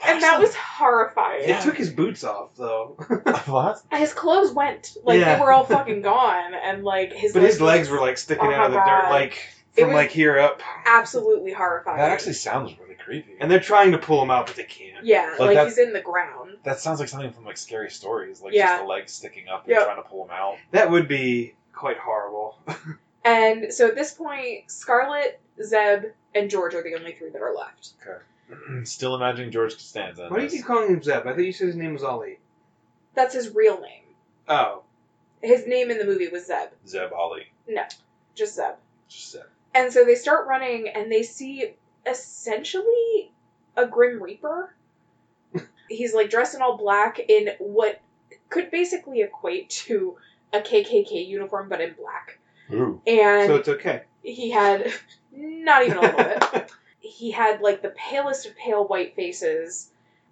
and that was horrifying.
It took his boots off though,
what?
his clothes went like
Yeah.
they were all fucking gone and like his
but his legs were like sticking
Oh
out of the
my
dirt,
God.
like
It
from
was-
like here up.
absolutely horrifying
That actually sounds really creepy.
And they're trying to pull him out, but they can't.
yeah
Like,
like,
that's-
he's in the ground
that sounds like something from like scary stories, like
Yeah.
just the legs sticking up and
Yep.
trying to pull them out.
That would be quite horrible.
and so at this point scarlet zeb and george are the only three that are left
Still imagining George Costanza. in
Why do you
this.
keep calling him Zeb? I thought you said his name was Ali.
that's his real name
Oh,
his name in the movie was zeb
Zeb Ali?
just zeb
Just Zeb.
and so they start running and they see essentially a grim reaper he's like dressed in all black in what could basically equate to a kkk uniform but in black
Ooh.
and
so it's okay.
he had not even a little bit. He had like the palest of pale white faces,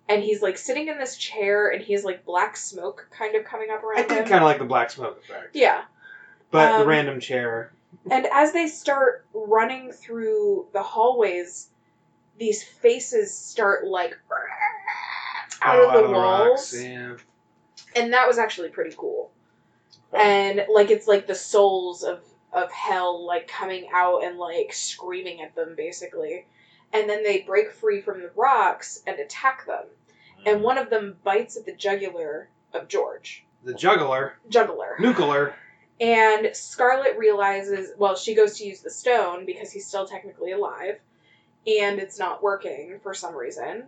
and he's like sitting in this chair, and he has like black smoke kind of coming up around
I did
him.
kind of like the black smoke effect,
yeah,
but the
Um,
random chair.
and as they start running through the hallways, these faces start like out
oh,
of the walls,
rocks, yeah.
and that was actually pretty cool. and like it's like the souls of of hell like coming out and like screaming at them basically and then they break free from the rocks and attack them
Mm-hmm.
and one of them bites at the jugular of george
The juggler,
juggler
nuclear.
and scarlet realizes well she goes to use the stone because he's still technically alive and it's not working for some reason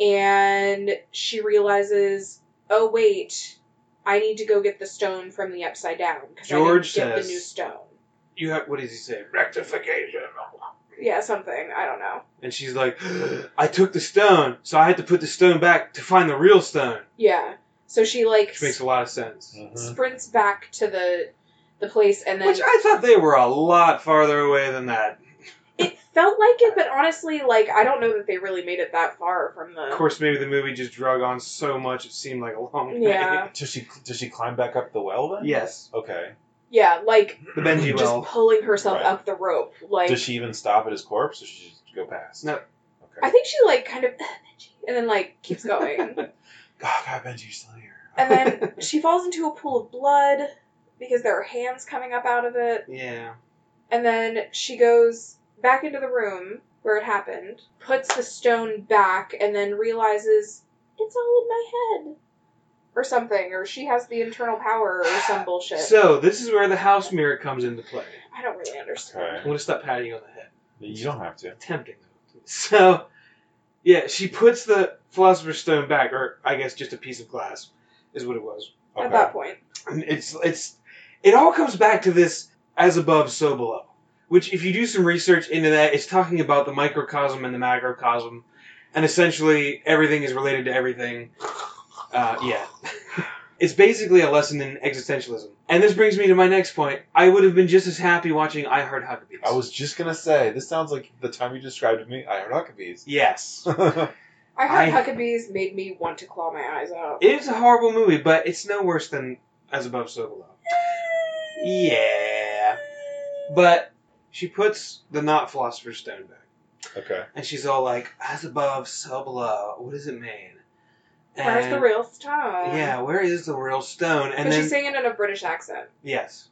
and she realizes oh wait i need to go get the stone from the upside down because i need
George
to get the
says-
new stone
You have what does he say? Rectification.
yeah something i don't know
And she's like, I took the stone, so I had to put the stone back to find the real stone,
yeah so she like
which makes a lot of sense.
Mhm.
sprints back to the the place and then
Which I thought they were a lot farther away than that.
it felt like it but honestly like i don't know that they really made it that far from the
Of course, maybe the movie just drug on so much it seemed like a long day.
Yeah.
Does she does she climb back up the well then?
Yes,
Okay.
yeah like
the Benji
just
well.
pulling herself
Right.
up the rope. Like
Does she even stop at his corpse, or she just go past?
No.
Okay.
I think she like kind of and then like keeps going.
God, God, Benji, you're still here.
and then she falls into a pool of blood because there are hands coming up out of it.
Yeah.
And then she goes back into the room where it happened, puts the stone back, and then realizes it's all in my head. Or something, or she has the internal power or some bullshit.
So this is where the house mirror comes into play.
I don't really understand.
I'm
Okay.
gonna stop patting you on the head.
You don't have to.
Tempting though. So, yeah, she puts the philosopher's stone back, or I guess just a piece of glass, is what it was.
At
Okay.
that point.
And it's it's it all comes back to this as above so below which if you do some research into that it's talking about the microcosm and the macrocosm and essentially everything is related to everything uh, yeah it's basically a lesson in existentialism and this brings me to my next point i would have been just as happy watching i heart huckabees
I was just gonna say this sounds like the time you described to me. I heard Huckabees.
yes
I heard
I-
Huckabees made me want to claw my eyes out.
it's a horrible movie but it's no worse than as above so below yeah but she puts the not philosopher's stone back
okay.
And she's all like, as above, so below. What does it mean?
Where's the
And-
real stone?
Yeah, where is the real stone? And
but
then,
she's saying it in a British accent.
yes.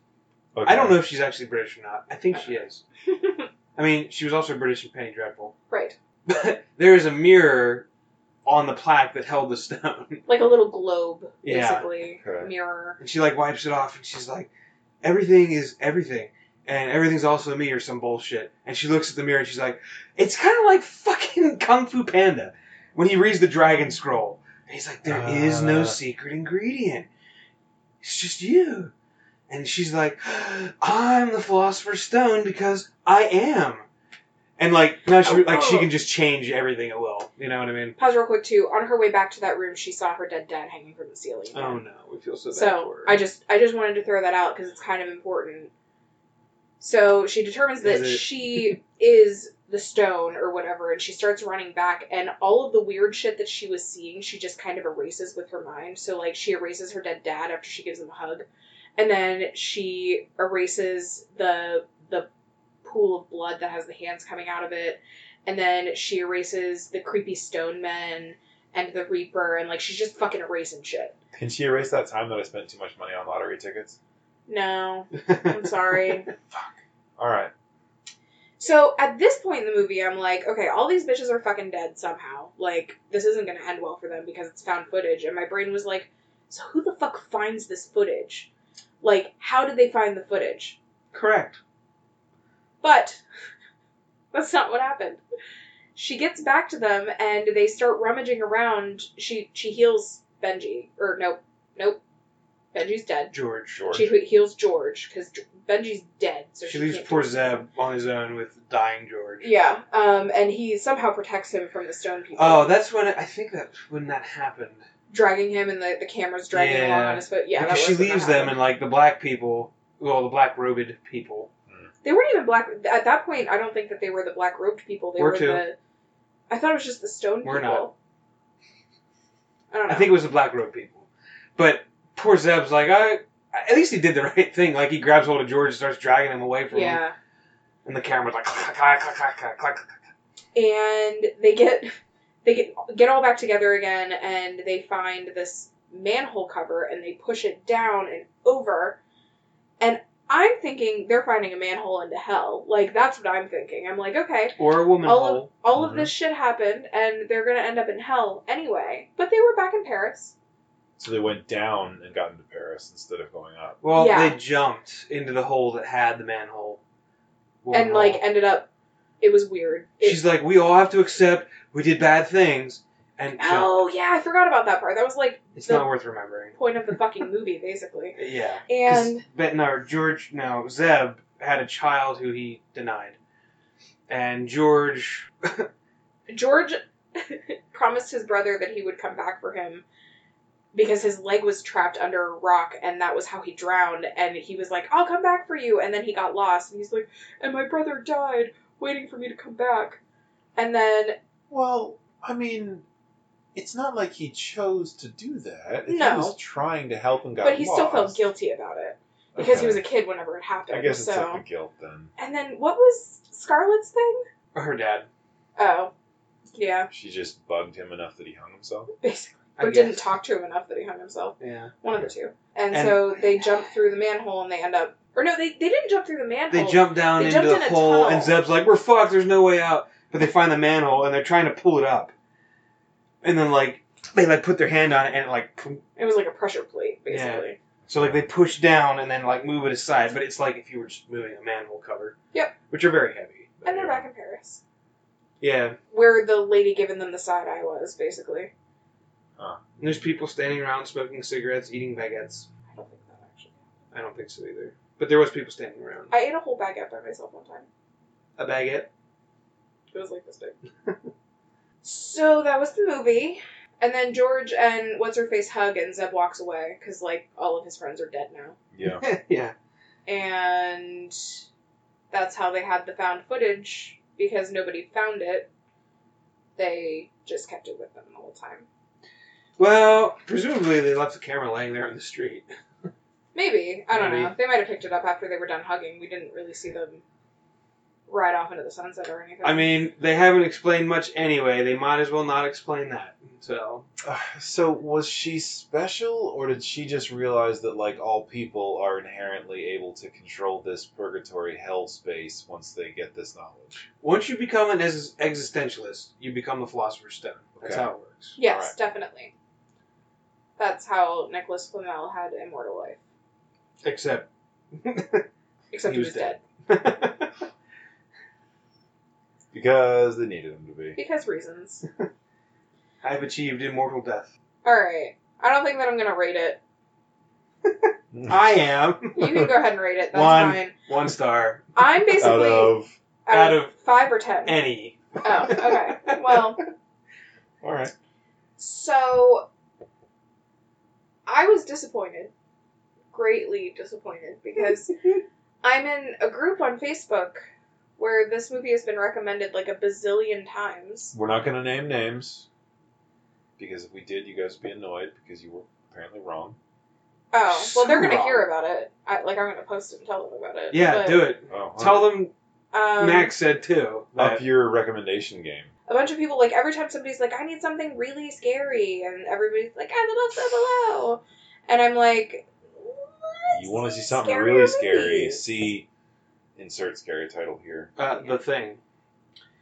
Okay.
I don't know if she's actually British or not. I think she is. I mean, she was also British in Penny Dreadful.
Right.
But there is a mirror on the plaque that held the stone.
Like a little globe,
Yeah.
basically.
Okay.
Mirror.
And she, like, wipes it off and she's like, everything is everything. And everything's also me or some bullshit. And she looks at the mirror and she's like, it's kind of like fucking Kung Fu Panda when he reads the Dragon Scroll. And he's like, "There is no
Uh.
secret ingredient. It's just you. And she's like, I'm the Philosopher's Stone because I am. And like now she
Oh,
like she
oh.
can just change everything at will. You know what I mean?
Pause real quick too. On her way back to that room, she saw her dead dad hanging from the ceiling.
Oh no, we feel so bad
so
for her.
I just I just wanted to throw that out because it's kind of important. So she determines that
Is it-
she is the stone or whatever, and she starts running back, and all of the weird shit that she was seeing, she just kind of erases with her mind. So like she erases her dead dad after she gives him a hug, and then she erases the the pool of blood that has the hands coming out of it, and then she erases the creepy stone men and the reaper, and like she's just fucking erasing shit.
Can she erase that time that I spent too much money on lottery tickets?
No, I'm sorry.
All right.
so at this point in the movie, I'm like, okay, all these bitches are fucking dead somehow. Like, this isn't gonna end well for them because it's found footage. And my brain was like, so who the fuck finds this footage? Like, how did they find the footage?
Correct.
But that's not what happened. She gets back to them and they start rummaging around. She she heals Benji. Or nope, nope. Benji's dead.
George.
George.
She heals George because Benji's dead. So she,
She leaves
can't do
poor
anything.
Zeb on his own with dying George.
Yeah, um, and he somehow protects him from the stone people.
Oh, that's when I think that's when that happened.
dragging him and the, the camera's dragging him along
Yeah.
on his foot. Yeah,
because
that
she
was when that
leaves them
happened.
and like the black people, well, the black robed people.
they weren't even black at that point. I don't think that they were the black robed people. They
We're
were
two.
the. I thought it was just the stone
We're
people.
not.
I don't know.
I think it was the black robed people. But poor Zeb's like, I. At least he did the right thing. Like he grabs hold of George and starts dragging him away from him,
yeah,
and the camera's like, clack, clack, clack, clack, clack, clack.
and they get they get get all back together again, and they find this manhole cover, and they push it down and over, and. I'm thinking they're finding a manhole into hell. Like that's what I'm thinking. I'm like, okay,
or a woman
All of-
hole.
all
Mhm.
of this shit happened and they're gonna end up in hell anyway but they were back in paris
So they went down and got into Paris instead of going up.
Well,
Yeah.
they jumped into the hole that had the manhole.
and like
Wormhole.
ended up it was weird It-
she's like, we all have to accept we did bad things, and jump.
oh yeah i forgot about that part that was like
it's
the
not worth remembering.
point of the fucking movie basically
Yeah, 'Cause
and
Bet- no, George, no, Zeb had a child who he denied, and George,
george promised his brother that he would come back for him because his leg was trapped under a rock and that was how he drowned and he was like i'll come back for you and then he got lost and he's like and my brother died waiting for me to come back and then
Well, I mean, it's not like he chose to do that. If
No.
He was trying to help and got
but he still felt
lost-
guilty about it because he was a kid whenever it
Okay.
happened.
I guess it's
so.
like the guilt then.
and then what was Scarlett's thing?
her dad,
Oh, yeah,
She just bugged him enough that he hung himself.
basically,
I
or didn't
guess.
talk to him enough that he hung himself.
Yeah,
One of the two. And,
And-
so they jump through the manhole and they end up, or no, they, they didn't jump through the manhole.
they jump down
They
into
jumped
the
in a
hole,
tunnel.
and Zeb's like, we're fucked. There's no way out. But they find the manhole, and they're trying to pull it up, and then like they like put their hand on it, and it, like. poof,
It was like a pressure plate, basically.
So like they push down and then like move it aside, but it's like if you were just moving a manhole cover.
Yep.
Which are very heavy.
And they're back in Paris,
Yeah. And
where the lady giving them the side eye was basically.
there's people standing around smoking cigarettes, eating baguettes.
I don't think that actually.
I don't think so either. But there was people standing around.
I ate a whole baguette by myself one time.
A baguette.
It was like this big. so that was the movie. And then George and what's her face hug and Zeb walks away because like all of his friends are dead now.
Yeah.
yeah.
And that's how they had the found footage because nobody found it. They just kept it with them the whole time.
Well, presumably they left the camera laying there in the street.
Maybe. I don't
Maybe.
know. They might have picked it up after they were done hugging. We didn't really see them ride off into the sunset or anything.
I mean, they haven't explained much anyway. They might as well not explain that. So
Ah, so was she special, or did she just realize that like all people are inherently able to control this purgatory hell space once they get this knowledge?
once you become an ex- existentialist, you become the philosopher's stone. That's
Okay.
how it works.
Yes,
Alright.
definitely. That's how Nicholas Flamel had immortal life.
Except
Except he, was, dead.
Because they needed him to be.
Because reasons.
I've achieved immortal death.
Alright. I don't think that I'm gonna rate it.
I am
You can go ahead and rate it. That's
One.
fine.
one star.
I'm basically
out of
out
out
of
five or ten.
any.
Oh, okay. Well,
All right.
So I was disappointed, greatly disappointed, because I'm in a group on Facebook where this movie has been recommended like a bazillion times.
We're not going to name names because if we did, you guys would be annoyed because you were apparently wrong.
Oh, well, they're gonna
Wrong.
hear about it. I, like I'm gonna post it and tell them about it.
Yeah, do it.
Oh, all
Tell
right.
them
Um,
Max said too.
up
that-
your recommendation game.
a bunch of people like every time somebody's like, I need something really scary, and everybody's like, I love so below, and I'm like,
You
let's
want to see something
scarier
really scary?
movies.
See, insert scary title here.
uh, the thing.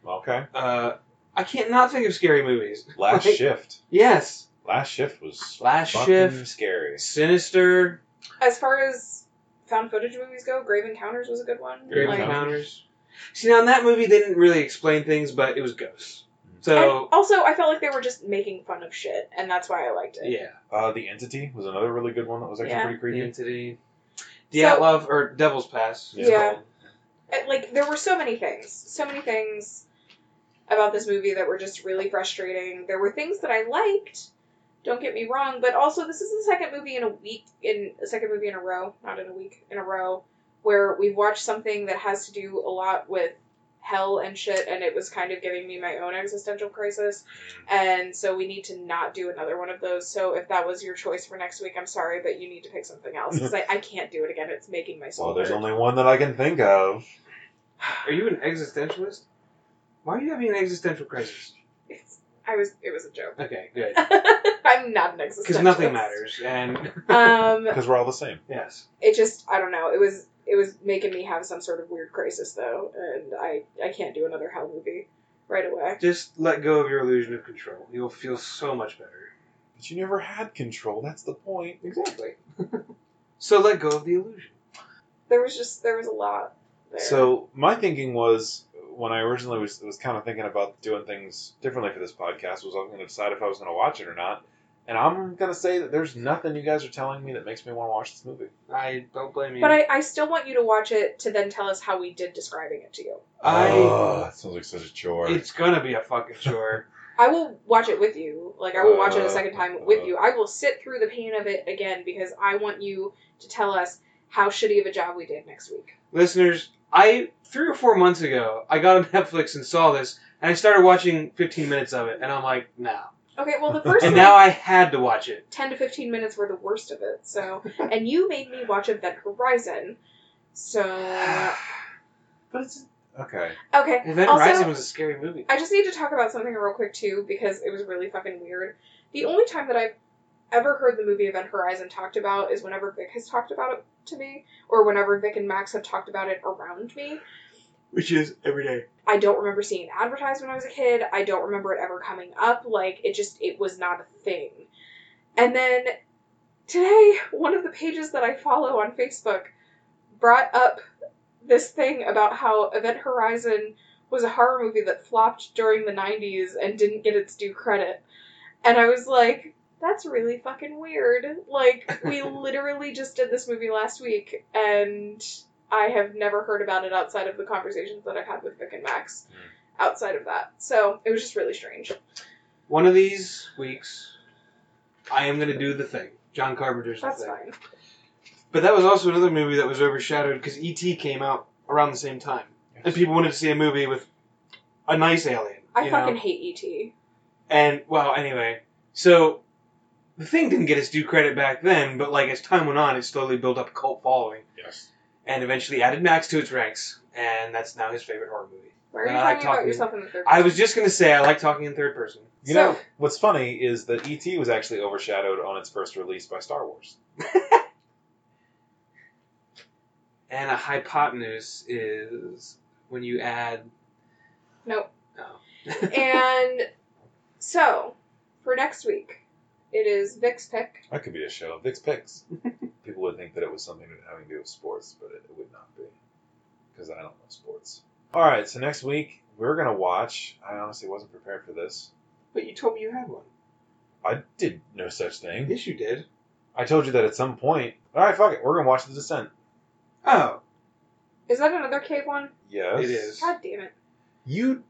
Okay.
Uh, I can't not think of scary movies.
Last
Right.
shift.
Yes,
Last shift was
Last
fucking
Shift.
scary.
Sinister,
As far as found footage movies go, Grave Encounters was a good one.
Grave
Grave
Encounters.
Encounters. See, now in that movie, they didn't really explain things, but it was ghosts.
Mm.
And
So
also, I felt like they were just making fun of shit, and that's why I liked it.
yeah,
Uh, the entity was another really good one that was actually
Yeah.
pretty
the
creepy.
entity, the
So-
outlaw of- or Devil's Pass. it's
Yeah.
called.
And, Uh, like, there were so many things. So many things about this movie that were just really frustrating. There were things that I liked, don't get me wrong, but also, this is the second movie in a week, in a second movie in a row, not in a week, in a row, where we've watched something that has to do a lot with hell and shit, and it was kind of giving me my own existential crisis. And so we need to not do another one of those. So if that was your choice for next week, I'm sorry, but you need to pick something else because I, I can't do it again. It's making my soul.
Well, there's
hurt.
only one that I can think of.
Are you an existentialist? Why are you having an existential crisis?
It's, I was. It was a joke.
Okay, good.
I'm not an existentialist.
Because nothing matters, and
Um,
Because we're all the same.
yes,
it just. I don't know. It was. It was making me have some sort of weird crisis though, and I. I can't do another hell movie right away.
just let go of your illusion of control. You'll feel so much better.
But you never had control. That's the point.
Exactly. so let go of the illusion.
There was just. There was a lot. There.
So my thinking was when I originally was, was kind of thinking about doing things differently for this podcast was I was going to decide if I was going to watch it or not. And I'm going to say that there's nothing you guys are telling me that makes me want to watch this movie.
I don't blame you.
But I, I still want you to watch it to then tell us how we did describing it to you.
I-
Ugh, that sounds like such a chore.
it's gonna be a fucking chore.
I will watch it with you. Like I will watch it
Uh,
a second time with
uh.
you. I will sit through the pain of it again because I want you to tell us how shitty of a job we did next week.
Listeners, I three or four months ago, I got on Netflix and saw this, and I started watching 15 minutes of it, and I'm like, no.
Okay, well the first
And
like,
now I had to watch it.
ten to fifteen minutes were the worst of it. So and you made me watch Event Horizon. So
but it's okay.
okay.
Event
Also-
Horizon was a scary movie.
I just need to talk about something real quick too because it was really fucking weird. The only time that I've ever heard the movie Event Horizon talked about is whenever Vic has talked about it to me, or whenever Vic and Max have talked about it around me.
Which is every day.
I don't remember seeing it advertised when I was a kid. I don't remember it ever coming up. Like it just it was not a thing. And then today, one of the pages that I follow on Facebook brought up this thing about how Event Horizon was a horror movie that flopped during the 90s and didn't get its due credit. And I was like, that's really fucking weird. Like we literally just did this movie last week and I have never heard about it outside of the conversations that I've had with Vic and Max.
Hmm.
Mm.
Outside of that, so it was just really strange.
One of these weeks, I am gonna do the thing. John Carpenter's the
That's
thing.
fine.
But that was also another movie that was overshadowed because E.T. came out around the same time. And people wanted to see a movie with a nice alien.
I
you know?
fucking hate E ET.
And well, anyway, so the thing didn't get its due credit back then, but like as time went on, it slowly built up a cult following,
Yes.
and eventually added Max to its ranks, and that's now his favorite horror movie.
Why are you
And I like
talking about
talking-
yourself in the third?
I was just gonna say I like talking in third person.
You
So-
know what's funny is that ET was actually overshadowed on its first release by Star Wars.
And a hypotenuse is when you add.
Nope.
Oh.
person. and so for next week, it is Vic's pick.
That could be a show. Vic's Picks. People would think that it was something having to do with sports, but it, it would not be because I don't know sports. All right, so next week we're gonna watch. I honestly wasn't prepared for this.
But you told me you had one.
I did no such thing.
Yes, you did.
I told you that at some point. All right, fuck it. We're gonna watch The Descent.
Oh,
Is that another cave one?
Yes.
It is.
God damn it.
You.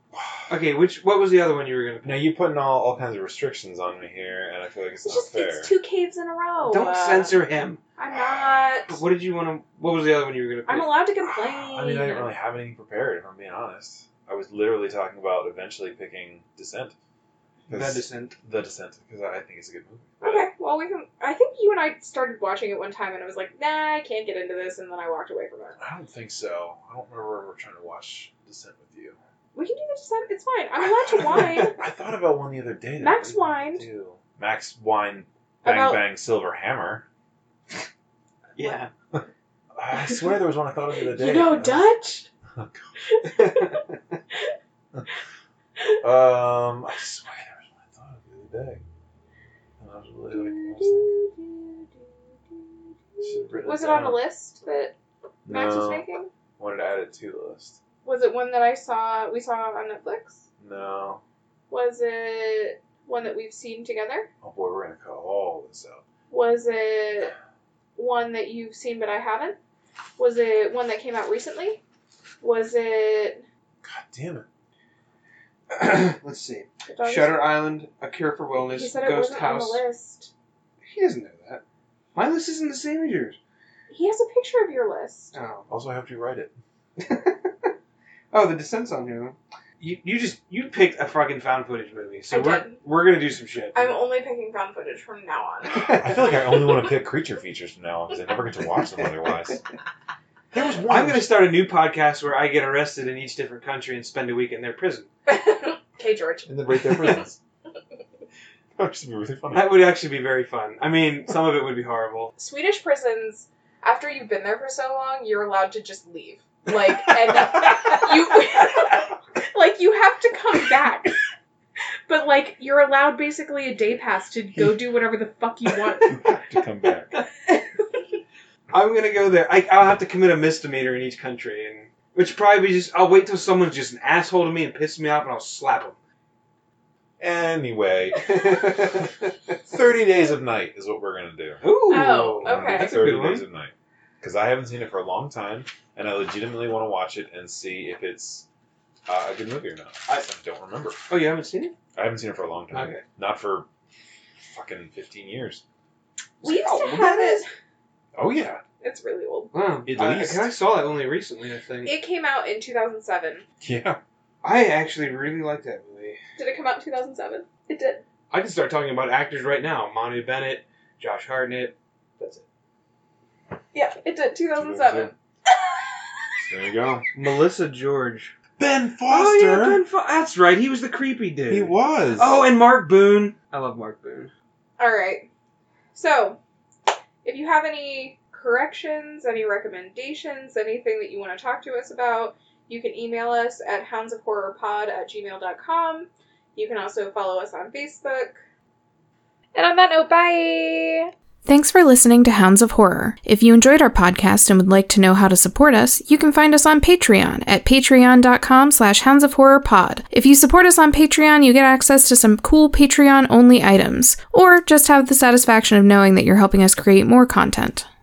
Okay, which what was the other one you were gonna?
Now you're putting all, all kinds of restrictions on me here, and I feel like it's,
It's
not
just
fair.
it's two caves in a row.
Don't
Uh,
censor him.
I'm not.
What did you want to? What was the other one you were gonna? Pick?
I'm allowed to complain.
I mean, I didn't really have anything prepared, if I'm being honest. I was literally talking about eventually picking Descent. 'Cause-
Medicine.
The Descent, because I think it's a good movie. But
Okay, well we can. I think you and I started watching it one time, and I was like, "Nah, I can't get into this," and then I walked away from it.
I don't think so. I don't remember ever trying to watch Descent with you.
We can do this. some- It's fine. I'm allowed to whine.
I thought about one the other day. that
Max
we wanted
whined.
to do. Max whined. Bang
About-
bang silver hammer.
Yeah.
I swear there was one I thought of the other day.
you know Dutch.
Um, I swear there was one I thought of the other day. And I was really like, I was like, should've written
Was it on a
down.
list that Max was
No.
making?
Wanted to add it to the list.
Was it one that I saw? We saw on Netflix.
No.
Was it one that we've seen together?
Oh boy, we're gonna cut all this out.
Was it one that you've seen but I haven't? Was it one that came out recently? Was it
God damn it.
Let's see.
the dog is-
Shutter Island, A Cure for Wellness,
He said it
Ghost
wasn't
House.
on the list.
He doesn't know that. My list isn't the same as yours.
He has a picture of your list.
Oh.
Also, I hope you write it.
Oh, the descent's on here. though. You, you just you picked a fucking found footage movie, so
I
we're
did.
we're gonna do some shit.
I'm only picking found footage from now on.
I feel like I only want to pick creature features from now on because I never get to watch them otherwise. There was one.
I'm gonna start a new podcast where I get arrested in each different country and spend a week in their prison.
okay, George.
and then rate their prisons. that would just be really funny.
That would actually be very fun. I mean, some of it would be horrible.
Swedish prisons. After you've been there for so long, you're allowed to just leave. Like and you like you have to come back. But like you're allowed basically a day pass to go do whatever the fuck you want.
You have to come back.
I'm gonna go there. I, I'll have to commit a misdemeanor in each country, and which probably be just I'll wait till someone's just an asshole to me and pisses me off, and I'll slap them.
Anyway, 30 Days of Night is what we're going to do.
Ooh,
Oh, okay.
that's a
30
good one.
Days of Night. Because I haven't seen it for a long time, and I legitimately want to watch it and see if it's uh, a good movie or not. I don't remember.
Oh, you haven't seen it?
I haven't seen it for a long time.
Okay.
Not for fucking 15 years.
We used
How
to
old
have
that
it.
is?
Oh, yeah.
It's really old.
Wow,
At
I,
least.
I saw that only recently. I think
It came out in 2007.
Yeah.
I actually really like that movie.
Did it come out in 2007? It did.
I can start talking about actors right now: Monty Bennett, Josh Hartnett. That's it.
Yeah, it did. 2007.
There you go.
Melissa George.
Ben
Oh yeah, Ben Fo- That's right. He was the creepy dude.
He was.
Oh, and Mark Boone. I love Mark Boone.
All right. So, if you have any corrections, any recommendations, anything that you want to talk to us about, you can email us at houndsofhorrorpod at gmail.com. You can also follow us on Facebook. And on that note, bye!
Thanks for listening to Hounds of Horror. If you enjoyed our podcast and would like to know how to support us, you can find us on Patreon at patreon.com slash hounds of horror pod. If you support us on Patreon, you get access to some cool Patreon-only items, or just have the satisfaction of knowing that you're helping us create more content.